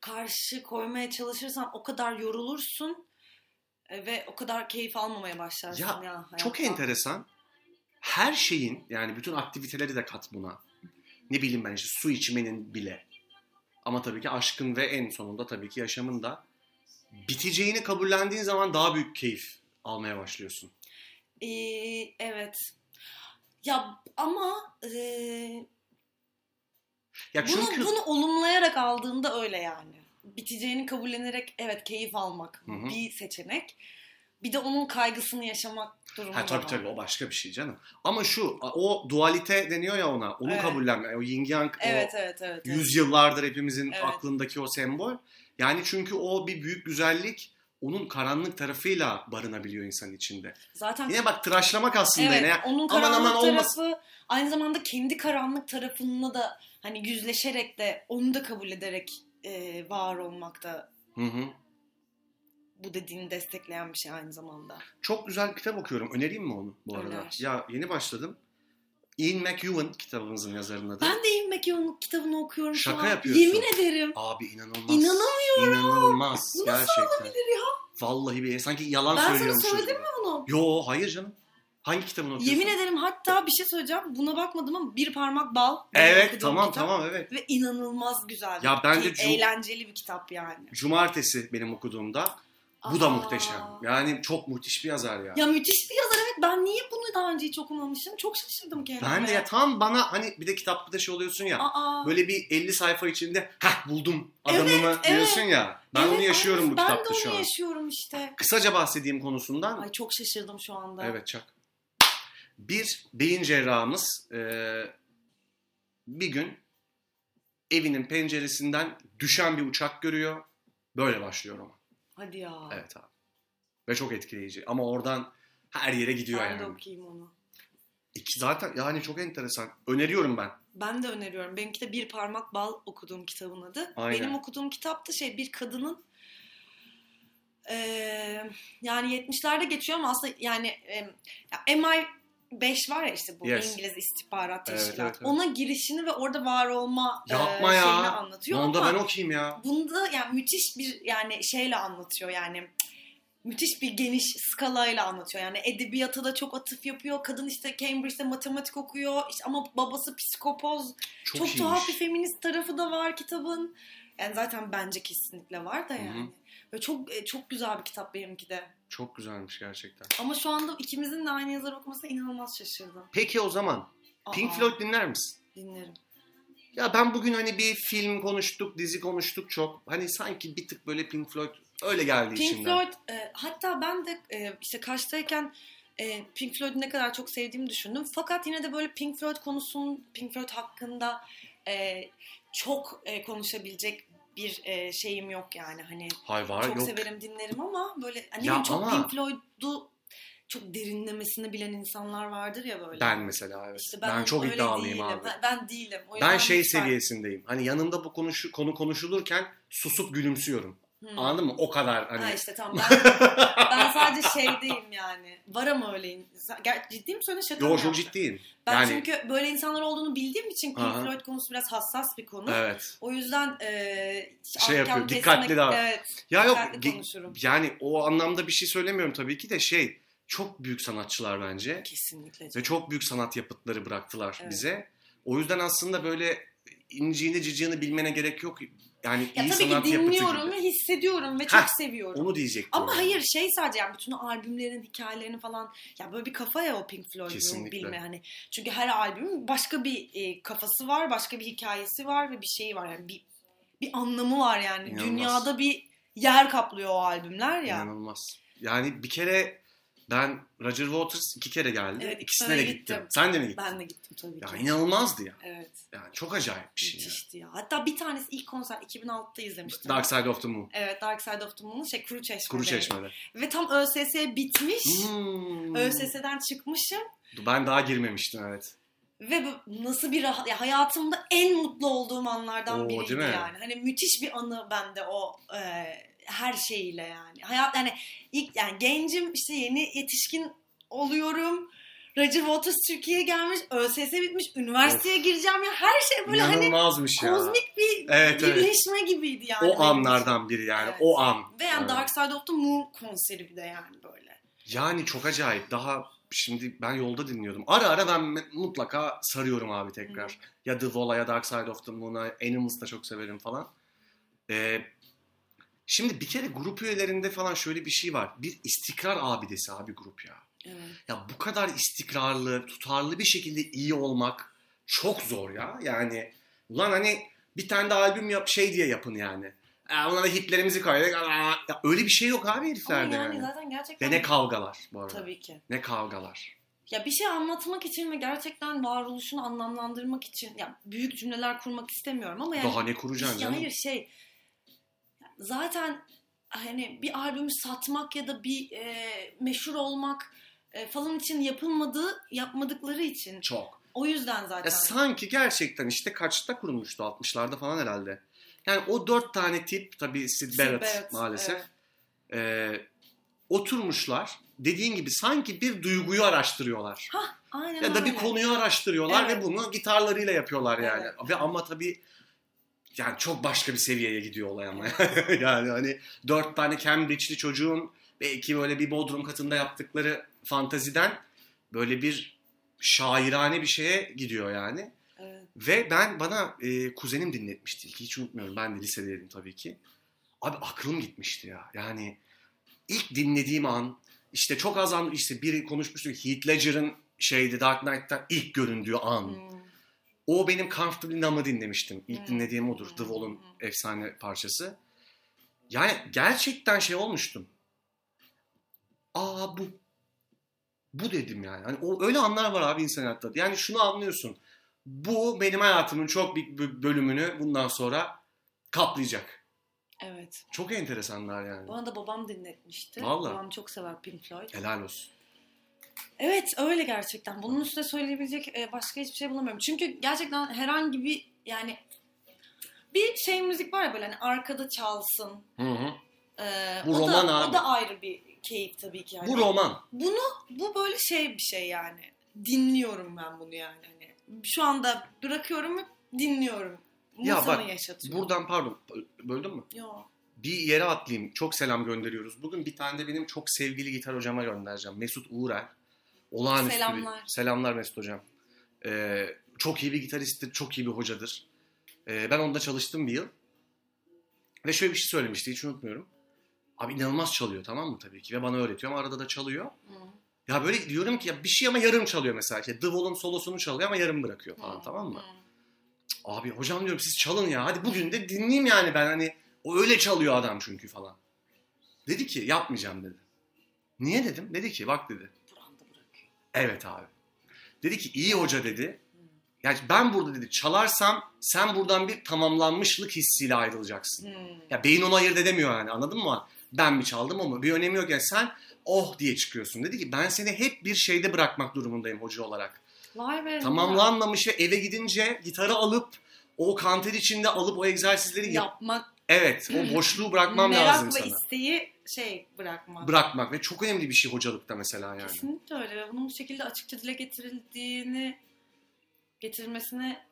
karşı koymaya çalışırsan o kadar yorulursun e, ve o kadar keyif almamaya başlarsın ya.
Ya, Çok
hayattan.
enteresan. Her şeyin yani bütün aktiviteleri de kat buna. Ne bileyim ben işte su içmenin bile. Ama tabii ki aşkın ve en sonunda tabii ki yaşamın da biteceğini kabullendiğin zaman daha büyük keyif almaya başlıyorsun.
Ee, evet. Ya ama eee,
Ya
bunu
çünkü
bunu olumlayarak aldığında öyle yani. Biteceğini kabullenerek evet keyif almak
Hı hı.
bir seçenek. Bir de onun kaygısını yaşamak durumu
Ha
da
tabii
var.
tabii o başka bir şey canım. Ama şu o dualite deniyor ya ona. Onu
Evet.
kabullenme. O yin yang o
Evet evet evet. evet.
yüzyıllardır hepimizin
Evet.
aklındaki o sembol. Yani çünkü o bir büyük güzellik onun karanlık tarafıyla barınabiliyor insan içinde.
[LAUGHS] Zaten
Yine bak tıraşlamak aslında
Evet,
yine ya.
onun
Aman
karanlık
aman
tarafı
olmasın.
aynı zamanda kendi karanlık tarafını da hani yüzleşerek de onu da kabul ederek e, var olmak da
Hı hı.
bu dediğini destekleyen bir şey aynı zamanda.
Çok güzel bir kitap okuyorum. Önereyim mi onu bu arada?
Öner.
Ya yeni başladım. Ian McEwan kitabımızın yazarının adı.
Ben de Ian McEwan'ın kitabını okuyorum şu
Şaka
an.
yapıyorsun.
Yemin ederim.
Abi inanılmaz.
İnanamıyorum.
İnanılmaz.
Bu nasıl
Gerçekten.
olabilir ya?
Vallahi bir sanki yalan
Ben sana
söylüyormuşuz.
söyledim
gibi.
Onu.
Yo hayır canım. Hangi kitabını okuyorsun?
Yemin ederim hatta bir şey söyleyeceğim. Buna bakmadım ama bir parmak bal. benim
Evet
okuduğum
tamam
kitap.
tamam evet.
Ve inanılmaz güzel.
Ya ben de
Ki-
Ju-
eğlenceli bir kitap yani.
Cumartesi benim okuduğumda. Bu da
Aa.
muhteşem. Yani çok müthiş bir yazar ya.
Ya müthiş bir yazar evet. Ben niye bunu daha önce hiç okumamışım? Çok şaşırdım kendime.
ben de ya tam bana hani bir de kitapta da şey oluyorsun ya.
Aa.
Böyle bir 50 sayfa içinde hah buldum adamımı
Evet,
diyorsun ya. Ben
Evet,
onu yaşıyorum bu
ben
kitapta
de
şu
onu
an.
yaşıyorum işte.
Kısaca bahsedeyim konusundan.
Ay çok şaşırdım şu anda.
evet çak. Bir beyin cerrahımız e, bir gün evinin penceresinden düşen bir uçak görüyor. Böyle başlıyor roman.
Hadi ya.
Evet abi. Ve çok etkileyici. Ama oradan her yere gidiyor
ben de
yani.
okuyayım onu.
İki, zaten yani çok enteresan. Öneriyorum ben.
Ben de öneriyorum. Benimki de Bir Parmak Bal okuduğum kitabın adı.
Aynen.
Benim okuduğum kitap da şey bir kadının Ee, yani 70'lerde geçiyor ama aslında yani e, ya MI5 var ya işte bu
Yes.
İngiliz istihbarat
Evet,
teşkilatı.
evet, evet.
Ona girişini ve orada var olma e,
Yapma ya.
şeyini anlatıyor
Onda
ama
ben okuyayım ya.
bunda yani müthiş bir yani şeyle anlatıyor yani müthiş bir geniş skalayla anlatıyor. Yani edebiyata da çok atıf yapıyor. Kadın işte Cambridge'de matematik okuyor işte ama babası psikopoz.
Çok,
Çok,
iyiymiş.
tuhaf bir feminist tarafı da var kitabın. Yani zaten bence kesinlikle var da
Hı hı.
yani. Ve çok e, çok güzel bir kitap benimki de.
Çok güzelmiş gerçekten.
Ama şu anda ikimizin de aynı yazarı okumasına inanılmaz şaşırdım.
Peki o zaman
Aa,
Pink Floyd dinler misin?
Dinlerim.
Ya ben bugün hani bir film konuştuk, dizi konuştuk çok. Hani sanki bir tık böyle Pink Floyd öyle geldi
Pink
içimden.
Floyd e, hatta ben de e, işte Kaş'tayken e, Pink Floyd'u ne kadar çok sevdiğimi düşündüm. Fakat yine de böyle Pink Floyd konusunun Pink Floyd hakkında e, çok e, konuşabilecek bir e, şeyim yok yani hani
Hay var
çok
yok.
severim dinlerim ama böyle hani
Ya
çok
ama-
Pink Floyd'u çok derinlemesine bilen insanlar vardır ya böyle.
Ben mesela evet.
İşte
ben, çok
öyle
iddialıyım
değilim.
abi.
Ben, ben değilim. O
Ben
yüzden
şey
lütfen.
seviyesindeyim. Hani yanımda bu konuş, konu konuşulurken susup gülümsüyorum.
Hmm.
Anladın mı? O kadar hani.
Ha
[LAUGHS]
işte tamam ben, ben sadece şeydeyim yani. Var ama öyle insan. Ger- ciddi mi söylüyorsun şaka
Yo
mı
çok
yaptın?
ciddiyim.
Ben
yani-
çünkü böyle insanlar olduğunu bildiğim için Pink
Aha.
Floyd konusu biraz hassas bir konu.
Evet.
O yüzden e,
Şey yapıyor,
ahkam
dikkatli
kesmek-
davran.
Evet,
Ya yok
dikkatli
ge-
konuşurum.
yani o anlamda bir şey söylemiyorum tabii ki de şey çok büyük sanatçılar bence
Kesinlikle.
ve çok büyük sanat yapıtları bıraktılar
Evet.
bize. O yüzden aslında böyle inciğini cicini bilmene gerek yok. Yani
Ya
iyi
tabii
sanat
ki
yapıtı
dinliyorum
gibi.
ve hissediyorum ve çok
Heh,
seviyorum.
Onu diyecektim.
Ama
yani.
hayır şey sadece yani bütün albümlerin hikayelerini falan ya böyle bir kafa ya o Pink Floyd'un
Kesinlikle.
bilme hani. Çünkü her albümün başka bir e, kafası var, başka bir hikayesi var ve bir şeyi var yani bir bir anlamı var yani.
İnanılmaz.
Dünyada bir yer kaplıyor o albümler ya.
İnanılmaz. Yani bir kere ben Roger Waters iki kere geldi.
Evet,
İkisine
ben
de
gittim.
gittim. Sen de mi gittin?
Ben de gittim tabii
Ya
ki.
inanılmazdı ya.
Evet.
Yani çok acayip bir şey. ya.
Müthişti ya. Hatta bir tanesi ilk konser 2006'da izlemiştim.
Dark Side of the Moon.
Evet Dark Side of the Moon'un şey Kuru Çeşme'de.
Kuru Çeşme'de.
Ve tam ÖSS bitmiş.
Hmm.
ÖSS'den çıkmışım.
Ben daha girmemiştim evet.
Ve bu nasıl bir rahat, ya hayatımda en mutlu olduğum anlardan
Oo,
biriydi
değil mi?
yani. Hani müthiş bir anı bende o e, her şeyiyle yani. Hayat yani ilk yani gencim işte yeni yetişkin oluyorum. Roger Waters Türkiye'ye gelmiş, ÖSS bitmiş, üniversiteye gireceğim ya her şey böyle hani
İnanılmazmış ya.
kozmik bir
Evet, evet.
birleşme gibiydi yani. benim
o anlardan biri yani
Evet.
o an.
için. Ve yani
Evet.
Dark Side of the Moon konseri bir de yani böyle.
Yani çok acayip. Daha şimdi ben yolda dinliyordum. Ara ara ben me- mutlaka sarıyorum abi tekrar. Ya The Wall'a ya Dark Side of the Moon'a Animals'ı da çok severim falan. Ee, şimdi bir kere grup üyelerinde falan şöyle bir şey var. Bir istikrar abidesi abi grup ya.
Evet.
Ya bu kadar istikrarlı, tutarlı bir şekilde iyi olmak çok zor ya. Yani ulan hani bir tane de albüm yap şey diye yapın yani. Aa, Ona da hitlerimizi koyduk. Aa, Ya öyle bir şey yok abi
Ama
heriflerde
yani,
yani.
zaten gerçekten
Ve ne kavgalar bu arada.
tabii ki.
Ne kavgalar.
Ya bir şey anlatmak için ve gerçekten varoluşunu anlamlandırmak için ya büyük cümleler kurmak istemiyorum ama yani
Daha ne
bir-
kuracaksın
ya
canım?
hayır şey zaten hani bir albümü satmak ya da bir e, meşhur olmak e, falan için yapılmadığı yapmadıkları için
Çok.
o yüzden zaten
Ya sanki gerçekten işte kaçta kurulmuştu? 60'larda falan herhalde. Yani o dört tane tip tabii Sid
Sid
Barrett,
Barrett,
maalesef.
evet.
ee, oturmuşlar. Dediğin gibi sanki bir duyguyu araştırıyorlar.
Hah, aynen
Ya da bir
öyle.
konuyu araştırıyorlar
Evet.
ve bunu gitarlarıyla yapıyorlar yani.
Evet.
Ve ama tabii yani çok başka bir seviyeye gidiyor olay ama. [LAUGHS] yani hani dört tane Cambridge'li çocuğun belki böyle bir bodrum katında yaptıkları fantaziden böyle bir şairane bir şeye gidiyor yani.
Evet.
Ve ben bana e, kuzenim dinletmişti ilk hiç unutmuyorum ben de lisedeydim tabii ki. Abi aklım gitmişti ya yani ilk dinlediğim an işte çok az an işte biri konuşmuştu Heath Ledger'ın şeydi Dark Knight'ta ilk göründüğü an.
Hmm.
O benim Comfortably Numb'ı dinlemiştim. İlk
Hmm.
dinlediğim odur. The Wall'un
Hmm.
efsane parçası. Yani gerçekten şey olmuştum. Aa bu. Bu dedim yani. Hani o, öyle anlar var abi insan hayatta. Yani şunu anlıyorsun. Bu benim hayatımın çok büyük bir bölümünü bundan sonra kaplayacak.
Evet.
Çok enteresanlar yani.
Bana da babam dinletmişti.
Vallahi.
Babam çok sever Pink Floyd.
Helal olsun.
Evet öyle gerçekten. Bunun üstüne söyleyebilecek e, başka hiçbir şey bulamıyorum. Çünkü gerçekten herhangi bir yani bir şey müzik var ya böyle hani arkada çalsın.
Hı hı.
Ee,
Bu
o
roman
da,
abi.
O da ayrı bir keyif tabii ki. Yani.
Bu roman.
Bunu bu böyle şey bir şey yani. Dinliyorum ben bunu yani. Hani şu anda bırakıyorum ve dinliyorum. Bu
Ya
sana
bak,
yaşatıyor.
Buradan pardon böldüm mü?
Yo.
Bir yere atlayayım. Çok selam gönderiyoruz. Bugün bir tane de benim çok sevgili gitar hocama göndereceğim. Mesut Uğurer. Olağanüstü
Selamlar.
Bir, selamlar Mesut hocam. Ee, çok iyi bir gitaristtir. Çok iyi bir hocadır. Ee, ben onda çalıştım bir yıl. Ve şöyle bir şey söylemişti. Hiç unutmuyorum. Abi inanılmaz çalıyor tamam mı tabii ki. Ve bana öğretiyor ama arada da çalıyor.
Hı.
Ya böyle diyorum ki ya bir şey ama yarım çalıyor mesela. İşte The Wall'un solosunu çalıyor ama yarım bırakıyor falan
Hı.
tamam mı?
Hı.
Abi hocam diyorum siz çalın ya. Hadi bugün de dinleyeyim yani ben hani o öyle çalıyor adam çünkü falan. Dedi ki yapmayacağım dedi. Niye dedim? Dedi ki bak dedi.
Buranda bırakıyor.
Evet abi. Dedi ki iyi hoca dedi. Yani ben burada dedi çalarsam sen buradan bir tamamlanmışlık hissiyle ayrılacaksın.
Hı.
Ya beyin onu ayırt edemiyor yani anladın mı? Ben mi çaldım ama bir önemi yok yani sen oh diye çıkıyorsun. Dedi ki ben seni hep bir şeyde bırakmak durumundayım hoca olarak.
Vay be.
Tamamlanmamış ve eve gidince gitarı alıp o kanter içinde alıp o egzersizleri yap.
Yapmak,
Evet o boşluğu bırakmam
merak
lazım
ve
sana.
isteği şey bırakmak.
Bırakmak ve çok önemli bir şey hocalıkta mesela yani.
Kesinlikle öyle. ve Bunun bu şekilde açıkça dile getirildiğini getirilmesine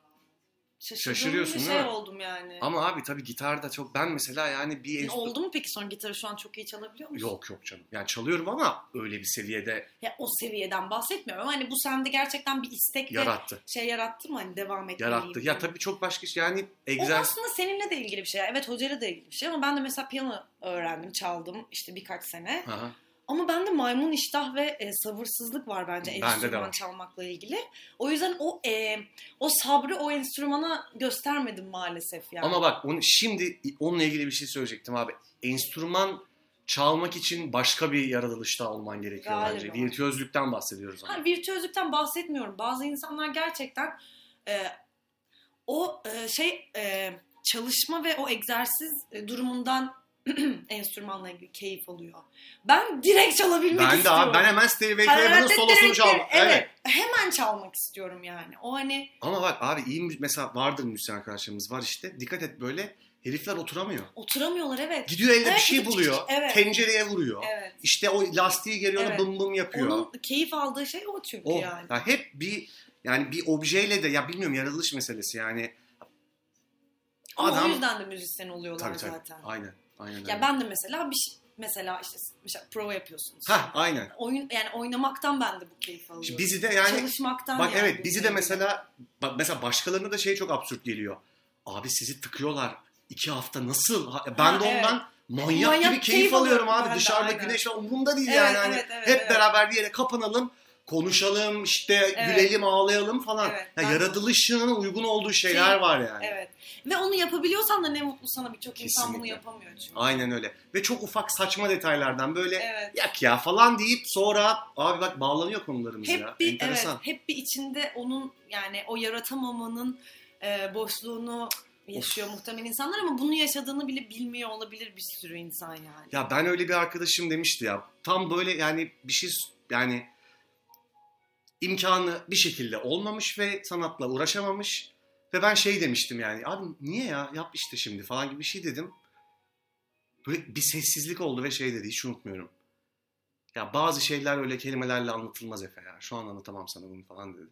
şaşırdım
Şaşırıyorsun,
bir
değil
şey
mi?
oldum yani.
Ama abi tabii gitarda çok ben mesela yani bir
Yani
enstü-
oldu mu peki son gitarı şu an çok iyi çalabiliyor musun?
Yok yok canım. Yani çalıyorum ama öyle bir seviyede
Ya o seviyeden bahsetmiyorum ama hani bu sende gerçekten bir istek ve
yarattı.
şey yarattı mı hani devam etmeliyim.
Yarattı. Ya tabii çok başka şey yani
O
egzersiz.
aslında seninle de ilgili bir şey. Evet hocayla da ilgili bir şey ama ben de mesela piyano öğrendim, çaldım işte birkaç sene.
Aha.
Ama bende maymun iştah ve e, sabırsızlık var bence
Bende de
enstrüman
var.
çalmakla ilgili. O yüzden o e, o sabrı o enstrümana göstermedim maalesef yani.
Ama bak onu, şimdi onunla ilgili bir şey söyleyecektim abi. Enstrüman çalmak için başka bir yaratılışta olman gerekiyor
Galiba.
bence. Virtüözlükten bahsediyoruz ama.
Ha, virtüözlükten bahsetmiyorum. Bazı insanlar gerçekten e, o e, şey e, çalışma ve o egzersiz e, durumundan [CLEARS THROAT] enstrümanla ilgili keyif alıyor. Ben direkt çalabilmek
Ben de
istiyorum.
abi ben hemen Stevie Ray
Karar
Vaughan'ın
verdim,
solosunu
direkt
çaldım.
bir-
Evet.
evet. Hemen çalmak istiyorum yani. O hani
Ama bak abi iyi mü- mesela vardır müzisyen arkadaşlarımız var işte. Dikkat et böyle herifler oturamıyor.
oturamıyorlar evet.
Gidiyor elde
Evet,
bir şey
gidip
buluyor.
çık- evet.
Tencereye vuruyor.
Evet.
İşte o lastiği geliyor
Evet.
bım bım yapıyor.
Onun keyif aldığı şey o çünkü
o
yani.
ya hep bir yani bir objeyle de ya bilmiyorum yaratılış meselesi yani.
Ama
Adam-
o yüzden de müzisyen oluyorlar
Tabii tabii.
zaten.
Aynen. Aynen.
Ya
öyle.
ben de mesela bir şey, mesela işte mesela prova yapıyorsunuz.
Hah, aynen.
Oyun yani oynamaktan ben de bu keyif alıyorum.
Şimdi bizi de yani
Çalışmaktan
bak
yani
evet bizi de mesela bak mesela başkalarına da şey çok absürt geliyor. Abi sizi tıkıyorlar. iki hafta nasıl? Ha- Ben
Ha,
de
evet.
ondan manyak,
Manyak
gibi keyif,
keyif
alıyorum
alıyorum ben
abi.
de,
Dışarıda
aynen.
güneş var umurumda değil
Evet,
yani. Hani
evet, evet,
hep
evet.
beraber bir yere kapanalım, konuşalım, işte
Evet.
gülelim, ağlayalım falan.
Evet,
Ya
ben-
yaratılışının uygun olduğu şeyler var yani.
Evet. Ve onu yapabiliyorsan da ne mutlu sana birçok insan bunu
Kesinlikle.
yapamıyor çünkü.
Aynen öyle. Ve çok ufak saçma detaylardan böyle
Evet.
yak ya falan deyip sonra abi bak bağlanıyor konularımız
Hep
ya.
bir evet,
Enteresan.
hep bir içinde onun yani o yaratamamanın e, boşluğunu yaşıyor muhtemelen insanlar ama bunu yaşadığını bile bilmiyor olabilir bir sürü insan yani.
Ya ben öyle bir arkadaşım demişti ya. Tam böyle yani bir şey yani imkanı bir şekilde olmamış ve sanatla uğraşamamış. Ve ben şey demiştim yani abi niye ya yap işte şimdi falan gibi bir şey dedim. Böyle bir sessizlik oldu ve şey dedi hiç unutmuyorum. Ya bazı şeyler öyle kelimelerle anlatılmaz Efe ya. Şu an anlatamam sana bunu falan dedi.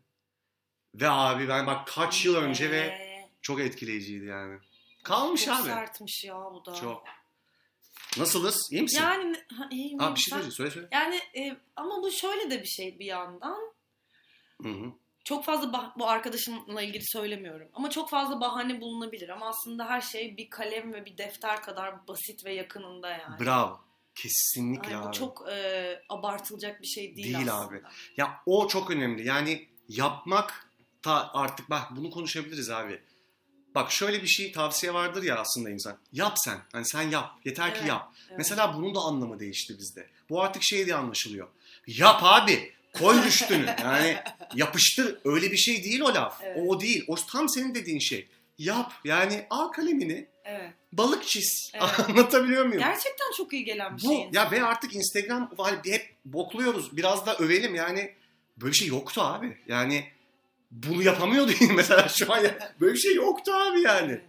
Ve abi ben bak kaç yıl önce ve
Ee,
çok etkileyiciydi yani. Kalmış
çok
abi.
sertmiş ya bu da.
Çok. Nasılız? İyi misin?
Yani ha, iyi miyim
Abi bir şey
ben?
söyle söyle. söyle.
Yani e, ama bu şöyle de bir şey bir yandan.
Hı hı.
Çok fazla bah- bu arkadaşımla ilgili söylemiyorum. Ama çok fazla bahane bulunabilir. Ama aslında her şey bir kalem ve bir defter kadar basit ve yakınında yani.
Bravo. Kesinlikle
Yani bu
abi.
çok e, abartılacak bir şey değil,
Değil
aslında.
abi. Ya o çok önemli. Yani yapmak ta artık bak bunu konuşabiliriz abi. Bak şöyle bir şey tavsiye vardır ya aslında insan. Yap sen. Hani sen yap. Yeter ki
Evet,
yap.
Evet.
Mesela bunun da anlamı değişti bizde. Bu artık şey diye anlaşılıyor. Yap abi. Koy
[LAUGHS]
düştünü. Yani yapıştır. Öyle bir şey değil o laf.
Evet.
O, o değil. O tam senin dediğin şey. Yap. Yani al kalemini.
evet.
Balık çiz.
Evet.
[LAUGHS] Anlatabiliyor muyum?
Gerçekten çok iyi gelen bir şey.
Bu ya ve artık Instagram hani hep bokluyoruz. Biraz da övelim yani böyle bir şey yoktu abi. [LAUGHS] Yani bunu yapamıyordu mesela şu an ya. Böyle bir şey yoktu abi yani.
Evet.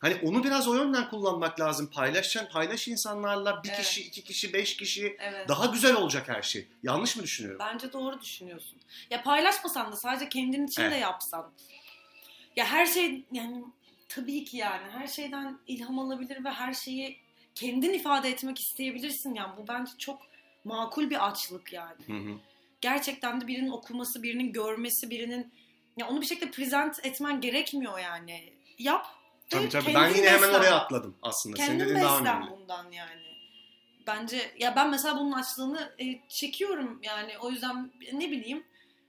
Hani onu biraz o yönden kullanmak lazım. Paylaşacaksın, paylaş insanlarla. Bir
Evet.
kişi, iki kişi, beş kişi.
Evet.
Daha güzel olacak her şey. Yanlış mı düşünüyorum?
Bence doğru düşünüyorsun. Ya paylaşmasan da sadece kendin için de
Evet.
yapsan. Ya her şey yani tabii ki yani her şeyden ilham alabilir ve her şeyi kendin ifade etmek isteyebilirsin yani bu bence çok makul bir açlık yani.
Hı hı.
Gerçekten de birinin okuması, birinin görmesi, birinin ya onu bir şekilde present etmen gerekmiyor yani. Yap. ve
Tabii tabii. Ben
kendin
yine hemen
beslen.
oraya atladım aslında. Senin
Kendim
dediğin daha
beslen
önemli.
bundan yani. Bence ya ben mesela bunun açlığını e, çekiyorum yani o yüzden ne bileyim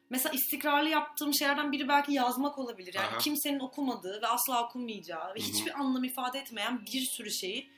mesela istikrarlı yaptığım şeylerden biri belki yazmak olabilir. Yani
Aha.
kimsenin okumadığı ve asla okunmayacağı ve
Hı hı.
hiçbir anlam ifade etmeyen bir sürü şeyi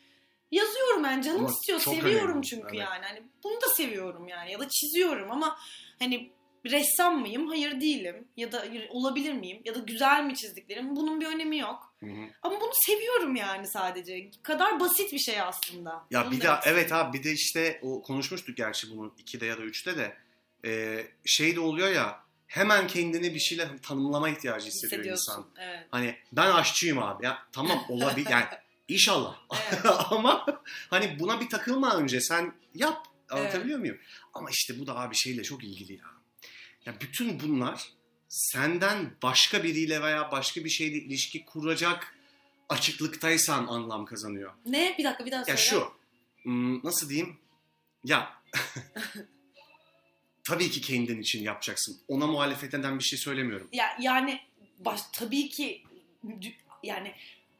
yazıyorum yani canım
Ama
istiyor
çok
seviyorum
önemli,
çünkü
evet.
yani hani bunu da seviyorum yani ya da çiziyorum ama hani ressam mıyım? Hayır değilim. Ya da olabilir miyim? Ya da güzel mi çizdiklerim? Bunun bir önemi yok.
Hı hı.
Ama bunu seviyorum yani sadece. Kadar basit bir şey aslında.
Ya
Bunu
bir de
demek
evet
istiyorum.
abi bir de işte o konuşmuştuk gerçi bunu 2'de ya da 3'te de e, şey de oluyor ya hemen kendine bir şeyle tanımlama ihtiyacı hissediyor insan.
Hissediyorsun, Evet.
Hani ben aşçıyım abi ya tamam olabilir yani inşallah [LAUGHS]
evet.
ama hani buna bir takılma önce sen yap anlatabiliyor muyum? Ama işte bu da abi şeyle çok ilgili ya. Ya bütün bunlar senden başka biriyle veya başka bir şeyle ilişki kuracak açıklıktaysan anlam kazanıyor.
ne? Bir dakika bir daha söyle.
Ya şu. hmm, Nasıl diyeyim? Ya. [LAUGHS] Tabii ki kendin için yapacaksın. Ona muhalefet eden bir şey söylemiyorum.
Ya, yani baş, tabii ki dü- yani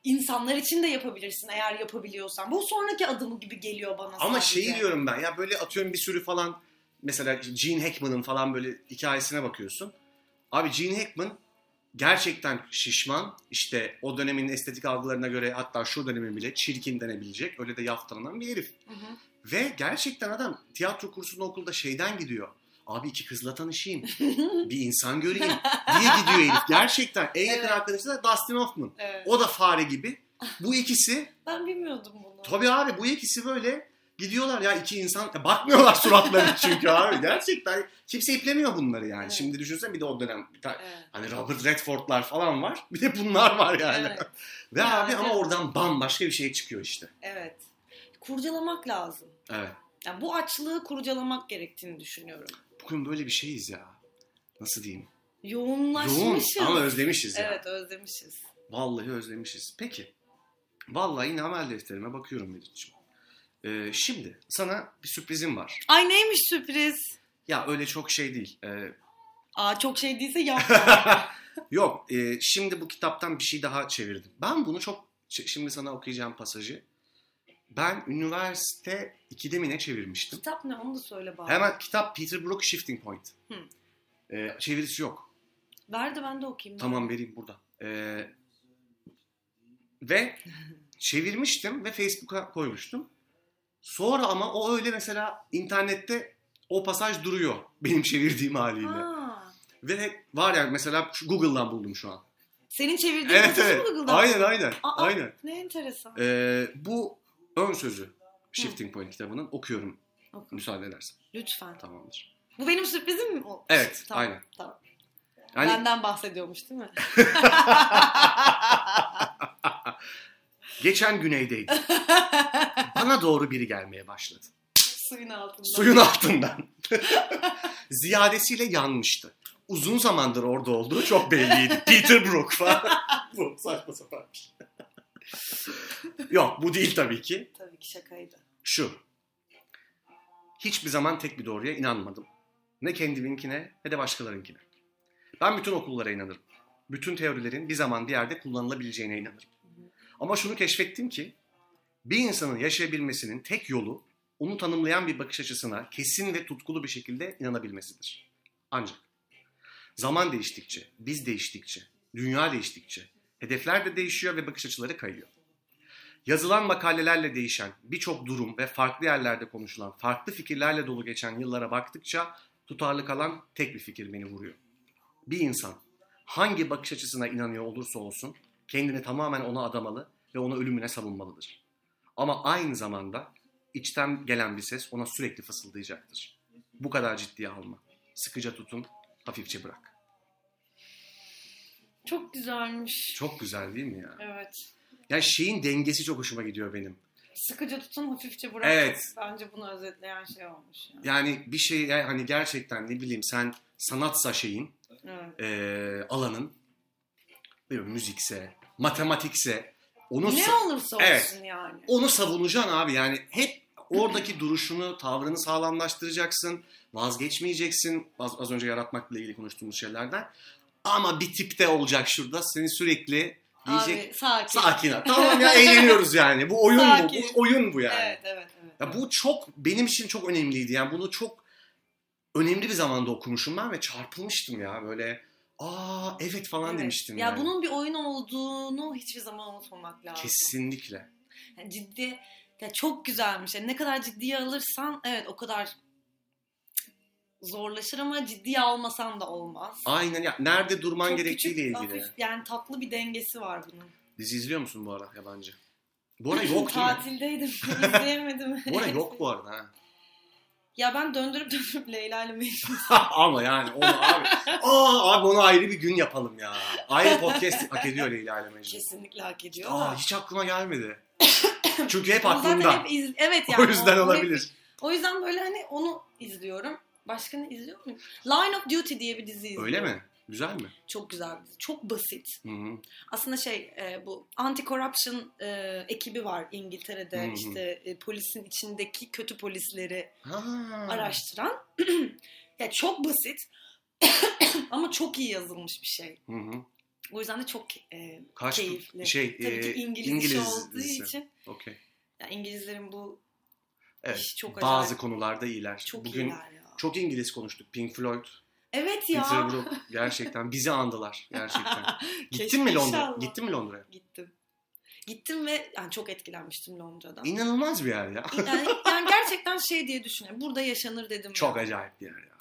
insanlar için de yapabilirsin eğer yapabiliyorsan. Bu sonraki adımı gibi geliyor bana
Ama
sadece.
şeyi diyorum ben. Ya böyle atıyorum bir sürü falan. Mesela Gene Hackman'ın falan böyle hikayesine bakıyorsun. Abi Gene Hackman gerçekten şişman. işte o dönemin estetik algılarına göre hatta şu dönemin bile çirkin denebilecek. Öyle de yaftalanan bir herif.
Hı hı.
Ve gerçekten adam tiyatro kursunu okulda şeyden gidiyor. Abi iki kızla
[LAUGHS]
tanışayım. bir insan göreyim diye gidiyor herif. Gerçekten en yakın
Evet.
arkadaşı da Dustin Hoffman.
Evet.
O da fare gibi. Bu ikisi
Ben bilmiyordum bunu.
tabii abi bu ikisi böyle gidiyorlar ya iki insan ya bakmıyorlar
[LAUGHS]
suratları çünkü abi gerçekten kimse iplemiyor bunları yani.
Evet.
Şimdi düşünsene bir de o dönem bir tane
Evet.
hani Robert Redford'lar falan var. Bir de bunlar var yani.
Evet.
Ve
Yani
abi ama
evet.
oradan bambaşka bir şey çıkıyor işte.
evet. Kurcalamak lazım.
Evet.
Yani bu açlığı kurcalamak gerektiğini düşünüyorum.
Bugün böyle bir şeyiz ya. Nasıl diyeyim? Yoğun
Yoğunlaşmışız.
ama özlemişiz ya.
Evet özlemişiz.
Vallahi özlemişiz. Peki. Vallahi yine amel defterime bakıyorum Melih'ciğim. Ee, şimdi sana bir sürprizim var.
Ay neymiş sürpriz?
Ya öyle çok şey değil. Ee, [LAUGHS]
Aa çok şey değilse yapma.
yok e, şimdi bu kitaptan bir şey daha çevirdim. Ben bunu çok ş- şimdi sana okuyacağım pasajı. Ben üniversite 2'de mi ne çevirmiştim?
Kitap ne onu da söyle bari.
Hemen kitap Peter Brook Shifting Point.
Hı.
Ee, çevirisi yok.
Ver de ben de okuyayım.
Tamam vereyim burada. Ee, ve çevirmiştim ve Facebook'a koymuştum. Sonra ama o öyle mesela internette o pasaj duruyor benim çevirdiğim haliyle.
Ha.
Ve hep var yani mesela şu Google'dan buldum şu an.
Senin çevirdiğin
Evet
yazısı
evet.
mı Google'dan?
Aynen aynen.
Aa.
aynen.
Ne enteresan.
Ee, bu ön sözü Shifting Point kitabının okuyorum
Oku.
müsaade edersen.
Lütfen.
Tamamdır.
Bu benim sürprizim mi? O-
Evet,
Tamam,
aynen.
Tamam.
Yani
Benden bahsediyormuş
[LAUGHS]
değil mi?
[LAUGHS] geçen güneydeydi. Bana doğru biri gelmeye başladı.
Suyun altında.
Suyun altından. [LAUGHS] Ziyadesiyle yanmıştı. Uzun zamandır orada olduğu çok belliydi. Peter Brook falan. [LAUGHS] Bu saçma sapan bir şey. Yok bu değil tabii ki.
Tabii ki şakaydı.
Şu. Hiçbir zaman tek bir doğruya inanmadım. Ne kendiminkine ne de başkalarınkine. Ben bütün okullara inanırım. Bütün teorilerin bir zaman bir yerde kullanılabileceğine inanırım. Ama şunu keşfettim ki bir insanın yaşayabilmesinin tek yolu onu tanımlayan bir bakış açısına kesin ve tutkulu bir şekilde inanabilmesidir. Ancak zaman değiştikçe, biz değiştikçe, dünya değiştikçe hedefler de değişiyor ve bakış açıları kayıyor. Yazılan makalelerle değişen birçok durum ve farklı yerlerde konuşulan farklı fikirlerle dolu geçen yıllara baktıkça tutarlı kalan tek bir fikir beni vuruyor. Bir insan hangi bakış açısına inanıyor olursa olsun kendini tamamen ona adamalı ve ona ölümüne savunmalıdır. Ama aynı zamanda içten gelen bir ses ona sürekli fısıldayacaktır. Bu kadar ciddiye alma. Sıkıca tutun, hafifçe bırak.
Çok güzelmiş.
Çok güzel değil mi ya?
Evet.
Yani şeyin dengesi çok hoşuma gidiyor benim.
Sıkıca tutun hafifçe bırakın.
Evet.
Bence bunu özetleyen şey olmuş. Yani.
Yani bir şey yani hani gerçekten ne bileyim sen sanatsa şeyin,
Evet.
eee, alanın, ne bileyim, müzikse, matematikse onu sa-
Ne olursa olsun
Evet.
yani.
onu savunacaksın abi yani hep oradaki duruşunu, tavrını sağlamlaştıracaksın. Vazgeçmeyeceksin. Az, az önce yaratmakla ilgili konuştuğumuz şeylerden. Ama bir tip de olacak şurada. Seni sürekli diyecek
Abi sakin.
sakin ol. Tamam ya eğleniyoruz yani. Bu oyun
Sakin.
bu. Bu oyun bu yani.
Evet evet evet.
Ya bu çok benim için çok önemliydi. Yani bunu çok önemli bir zamanda okumuşum ben ve çarpılmıştım ya böyle aa evet falan
Evet.
demiştim
Ya
yani.
bunun bir oyun olduğunu hiçbir zaman unutmamak lazım.
Kesinlikle.
Yani ciddi ya çok güzelmiş. Yani ne kadar ciddiye alırsan evet o kadar zorlaşır ama ciddiye almasan da olmaz.
Aynen ya nerede durman
Çok
gerektiğiyle
küçük,
ilgili.
hafif, yani tatlı bir dengesi var bunun.
Dizi izliyor musun bu ara yabancı? Bu ara yok değil mi?
Tatildeydim. izleyemedim.
[LAUGHS] Bu ara yok bu arada ha.
Ya ben döndürüp döndürüp Leyla ile Mecnun.
[LAUGHS] Ama yani onu
[LAUGHS]
abi. Aa abi onu ayrı bir gün yapalım ya. Ayrı
[LAUGHS]
podcast hak ediyor Leyla ile Mecnun.
Kesinlikle hak ediyor.
Aa
da.
hiç aklıma
[LAUGHS]
gelmedi. Çünkü hep
Onu zaten
aklımda.
hep iz- Evet yani.
O yüzden
onu hep-
olabilir.
O yüzden böyle hani onu izliyorum. Başka ne izliyor muyum? Line of Duty diye bir dizi izliyorum.
Öyle mi? Güzel mi?
Çok güzel bir dizi. Çok basit.
Hı hı.
Aslında şey e, bu anti-corruption e, ekibi var İngiltere'de.
Hı hı.
işte e, polisin içindeki kötü polisleri
Ha.
araştıran. [CLEARS THROAT] ya çok basit [CLEARS THROAT] ama çok iyi yazılmış bir şey.
Hı hı.
O yüzden de çok e,
Kaç
Keyifli.
şey
tabii
e,
ki İngiliz, işi
İngiliz
olduğu
dizisi.
için
Okey.
ya İngilizlerin bu
Evet,
işi çok
Bazı
acayip.
konularda iyiler.
Çok
Bugün
iyiler ya.
çok İngiliz konuştuk. Pink Floyd,
Evet
Peter
ya.
Brook gerçekten bizi
[LAUGHS]
andılar gerçekten.
Keşke
Gittin mi Londra?
inşallah.
Gittin mi Londra'ya?
Gittim. Gittim ve yani çok etkilenmiştim Londra'dan.
İnanılmaz bir yer ya.
Yani, yani gerçekten şey diye düşünüyorum. Burada yaşanır dedim.
Çok
ya.
acayip bir yer ya.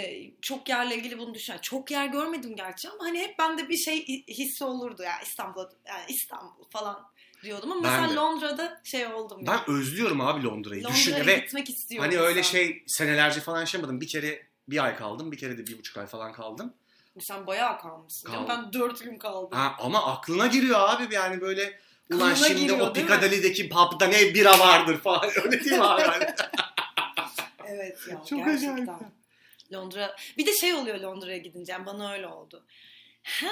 Ee, çok yerle ilgili bunu düşünüyorum. Çok yer görmedim gerçi ama hani hep bende bir şey hi- hissi olurdu ya İstanbul'a yani İstanbul falan diyordum ama
Ben
mesela
de.
Londra'da şey oldum ya.
Ben özlüyorum abi Londra'yı. Düşün
Londra'ya
ve
gitmek istiyorum.
hani öyle
sen.
şey senelerce falan yaşamadım. Bir kere bir ay kaldım, bir kere de bir buçuk ay falan kaldım.
Sen bayağı kalmışsın. canım.
Kaldım.
Ben dört gün kaldım.
Ha, ama aklına giriyor abi yani böyle ulan
Aklına
şimdi
giriyor,
o
değil mi?
Piccadilly'deki pub'da ne bira vardır falan öyle değil mi abi? Hani
[LAUGHS]
Yani
Evet ya
Çok
gerçekten.
acayip.
Londra bir de şey oluyor Londra'ya gidince yani bana öyle oldu.
[LAUGHS]
Ha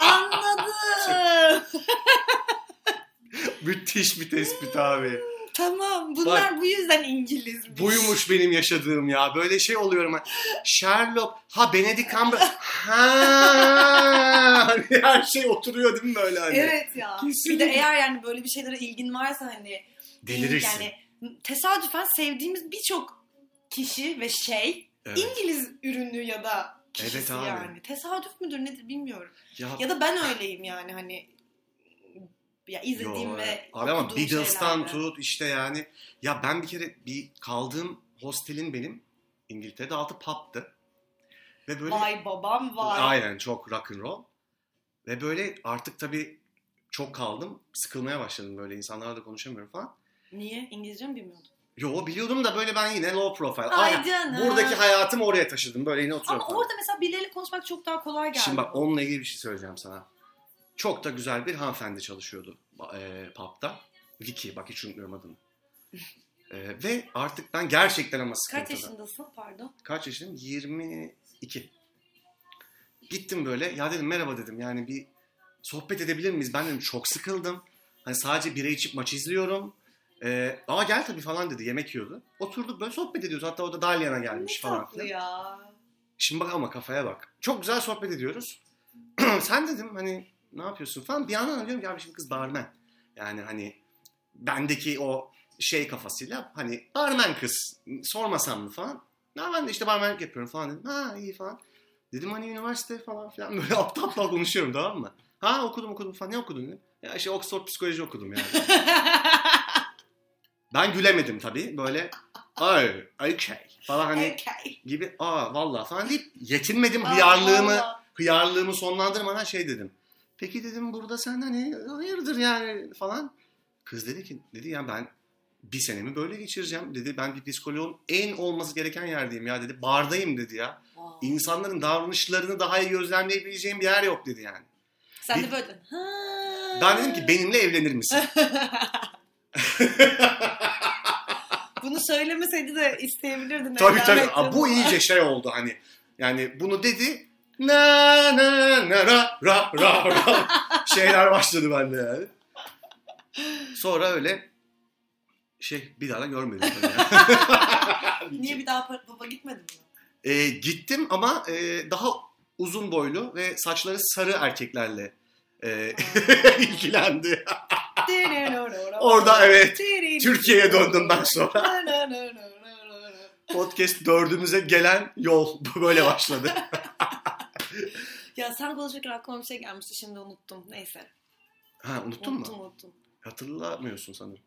Şey-
anladım.
Müthiş bir tespit abi.
tamam bunlar bu yüzden İngilizmiş.
Buymuş benim yaşadığım ya. Böyle şey oluyorum. ha. Sherlock, ha Benedict Cumberbatch. Ha! Hani Her şey oturuyor değil mi böyle hani?
Evet ya.
Kesinlikle.
Bir de eğer yani böyle bir şeylere ilgin varsa hani
Delirirsin.
yani tesadüfen sevdiğimiz birçok kişi ve şey
Evet.
İngiliz ürünü ya da kişisi
Evet abi.
yani. Tesadüf müdür nedir bilmiyorum.
Ya,
Ya da ben öyleyim yani hani ya izlediğim
yo,
ve
evet. Abi ama
okuduğum
Beatles'tan
şeylerle.
tut işte yani. Ya ben bir kere bir kaldığım hostelin benim İngiltere'de altı pub'tı. Ve böyle
Vay babam vay.
Aynen çok rock and roll. Ve böyle artık tabii çok kaldım. Sıkılmaya başladım böyle insanlarla da konuşamıyorum falan.
Niye? İngilizce mi bilmiyordun?
Yo biliyordum da böyle ben yine low profile.
Ay
Ay,
canım.
buradaki hayatımı oraya taşıdım. Böyle yine
Ama
oturuyorum. falan.
orada mesela birileriyle konuşmak çok daha kolay geldi.
Şimdi bak onunla ilgili bir şey söyleyeceğim sana. Çok da güzel bir hanımefendi çalışıyordu e, pub'da. Vicky bak hiç unutmuyorum adını. E, ve artık ben gerçekten ama sıkıntıda.
Kaç yaşındasın? Pardon.
Kaç yaşındayım? 22. Gittim böyle. Ya dedim merhaba dedim. Yani bir sohbet edebilir miyiz? Ben dedim çok sıkıldım. Hani sadece bira içip maç izliyorum. Ee, Aa gel tabii falan dedi. Yemek yiyordu. Oturduk böyle sohbet ediyoruz. Hatta o da Dalyan'a gelmiş
Ne
falan.
tatlı
filan.
ya.
Şimdi bak ama kafaya bak. Çok güzel sohbet ediyoruz. [CLEARS THROAT] Sen dedim hani ne yapıyorsun falan. Bir yandan diyorum ki abi şimdi kız barmen. Yani hani bendeki o şey kafasıyla hani barmen kız sormasam mı falan. Ya ben de işte barmenlik yapıyorum falan dedim. Ha iyi falan. Dedim hani üniversite falan filan [LAUGHS] böyle aptal aptal konuşuyorum tamam mı? Ha okudum okudum falan ne okudun dedim. Ya işte Oxford Psikoloji okudum yani. [LAUGHS] ben gülemedim tabii böyle. Ay okey falan
[LAUGHS]
hani
Okey.
gibi aa vallahi falan deyip yetinmedim hıyarlığımı
Allah.
hıyarlığımı sonlandırmadan şey dedim. Peki dedim burada sen hani hayırdır yani falan. Kız dedi ki dedi ya ben bir senemi böyle geçireceğim dedi. Ben bir psikoloğun en olması gereken yerdeyim ya dedi. Bardayım dedi ya.
Vay.
İnsanların davranışlarını daha iyi gözlemleyebileceğim bir yer yok dedi yani.
Sen
Bir-
de böyle ha.
Ben dedim ki benimle evlenir misin?
Bunu söylemeseydi de isteyebilirdin.
tabii
evlenmek
tabii.
canım.
Aa, bu iyice şey oldu hani. Yani bunu dedi. Na na na ra ra ra
[LAUGHS]
ra. Şeyler başladı bende yani. Sonra öyle şey bir daha da görmedim. tabii yani.
[LAUGHS] Niye bir daha pa- baba gitmedin mi?
E, gittim ama e, daha uzun boylu ve saçları sarı erkeklerle e, [LAUGHS] ilgilendi. [LAUGHS] Orada
[LAUGHS]
evet Türkiye'ye döndüm ben sonra. Podcast dördümüze gelen yol böyle başladı.
ya sen konuşurken aklıma bir şey gelmişti şimdi unuttum. Neyse.
Ha unuttun
unuttum
mu?
unuttum.
Hatırlamıyorsun sanırım.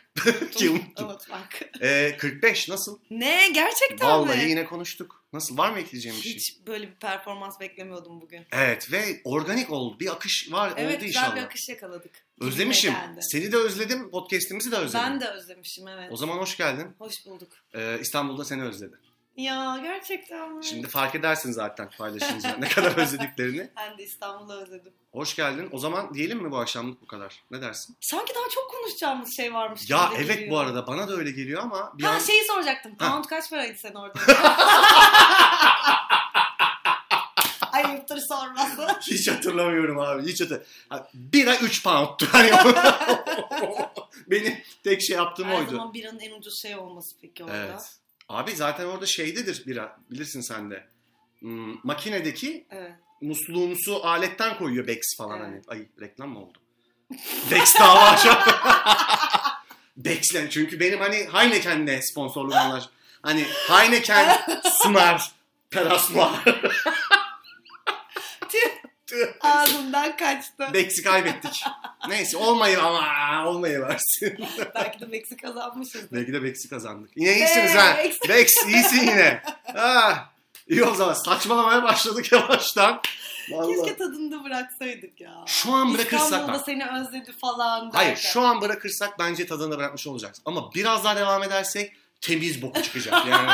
[LAUGHS]
Ki
unuttum.
unuttum.
Unutmak. [LAUGHS]
E, 45 nasıl?
ne gerçekten
Vallahi
mi?
yine konuştuk. Nasıl? Var mı ekleyeceğim bir şey?
Hiç böyle bir performans beklemiyordum bugün.
Evet ve organik oldu. Bir akış var
evet
oldu
güzel
inşallah.
bir akış yakaladık.
Özlemişim.
Neden de?
Seni de özledim. Podcast'imizi de özledim.
Ben de özlemişim evet.
O zaman hoş geldin.
Hoş bulduk.
E, İstanbul'da seni özledim.
Ya gerçekten mi?
Şimdi fark edersin zaten paylaşınca ne kadar özlediklerini.
Ben de İstanbul'u özledim.
Hoş geldin. O zaman diyelim mi bu akşamlık bu kadar? Ne dersin?
Sanki daha çok konuşacağımız şey varmış.
Ya
gibi
evet
geliyor.
bu arada bana da öyle geliyor ama bir
ha
an
şeyi soracaktım.
Ha.
Pound kaç paraydı
[LAUGHS]
sen orada? Ayıptır sorması.
hiç hatırlamıyorum abi. Hiç hatır... Ha, Bira 3 poundtu. [LAUGHS] Hani Benim tek şey yaptığım
Her
oydu.
zaman biranın en ucuz şey olması peki orada. Evet.
Evet. Abi zaten orada şeydedir bira. Bilirsin sen de. Hmm, makinedeki musluğumsu aletten koyuyor Bex falan
Evet.
hani. Ay reklam mı oldu? Bex dava şu an. [LAUGHS] Bex yani çünkü benim hani Heineken'le sponsorluğum anlaş. Hani Heineken sunar Perasma.
Ağzımdan kaçtı.
[LAUGHS] Bex'i kaybettik. Neyse olmayı ama olmayı versin.
Belki de Meksi kazanmışız.
Belki de Bex'i kazandık. Yine iyisiniz ha.
Bex.
Bex iyisin yine. Ha. İyi o zaman saçmalamaya başladık [LAUGHS] yavaştan. Vallahi.
Keşke tadını da bıraksaydık ya.
Şu an bırakırsak
İstanbul'da
bak.
seni özledi falan.
Hayır
derken.
şu an bırakırsak bence tadını bırakmış olacağız. Ama biraz daha devam edersek temiz boku çıkacak.
[LAUGHS]
Yani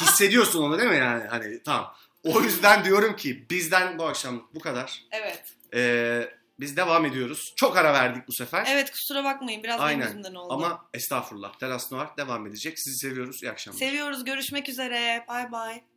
hissediyorsun onu değil mi yani? Hani tamam. O yüzden diyorum ki bizden bu akşam bu kadar.
Evet.
Ee, biz devam ediyoruz. Çok ara verdik bu sefer.
Evet kusura bakmayın biraz
Aynen.
benim yüzümden oldu.
Ama estağfurullah. Teras Noir devam edecek. Sizi seviyoruz. İyi akşamlar.
Seviyoruz görüşmek üzere. Bay bay.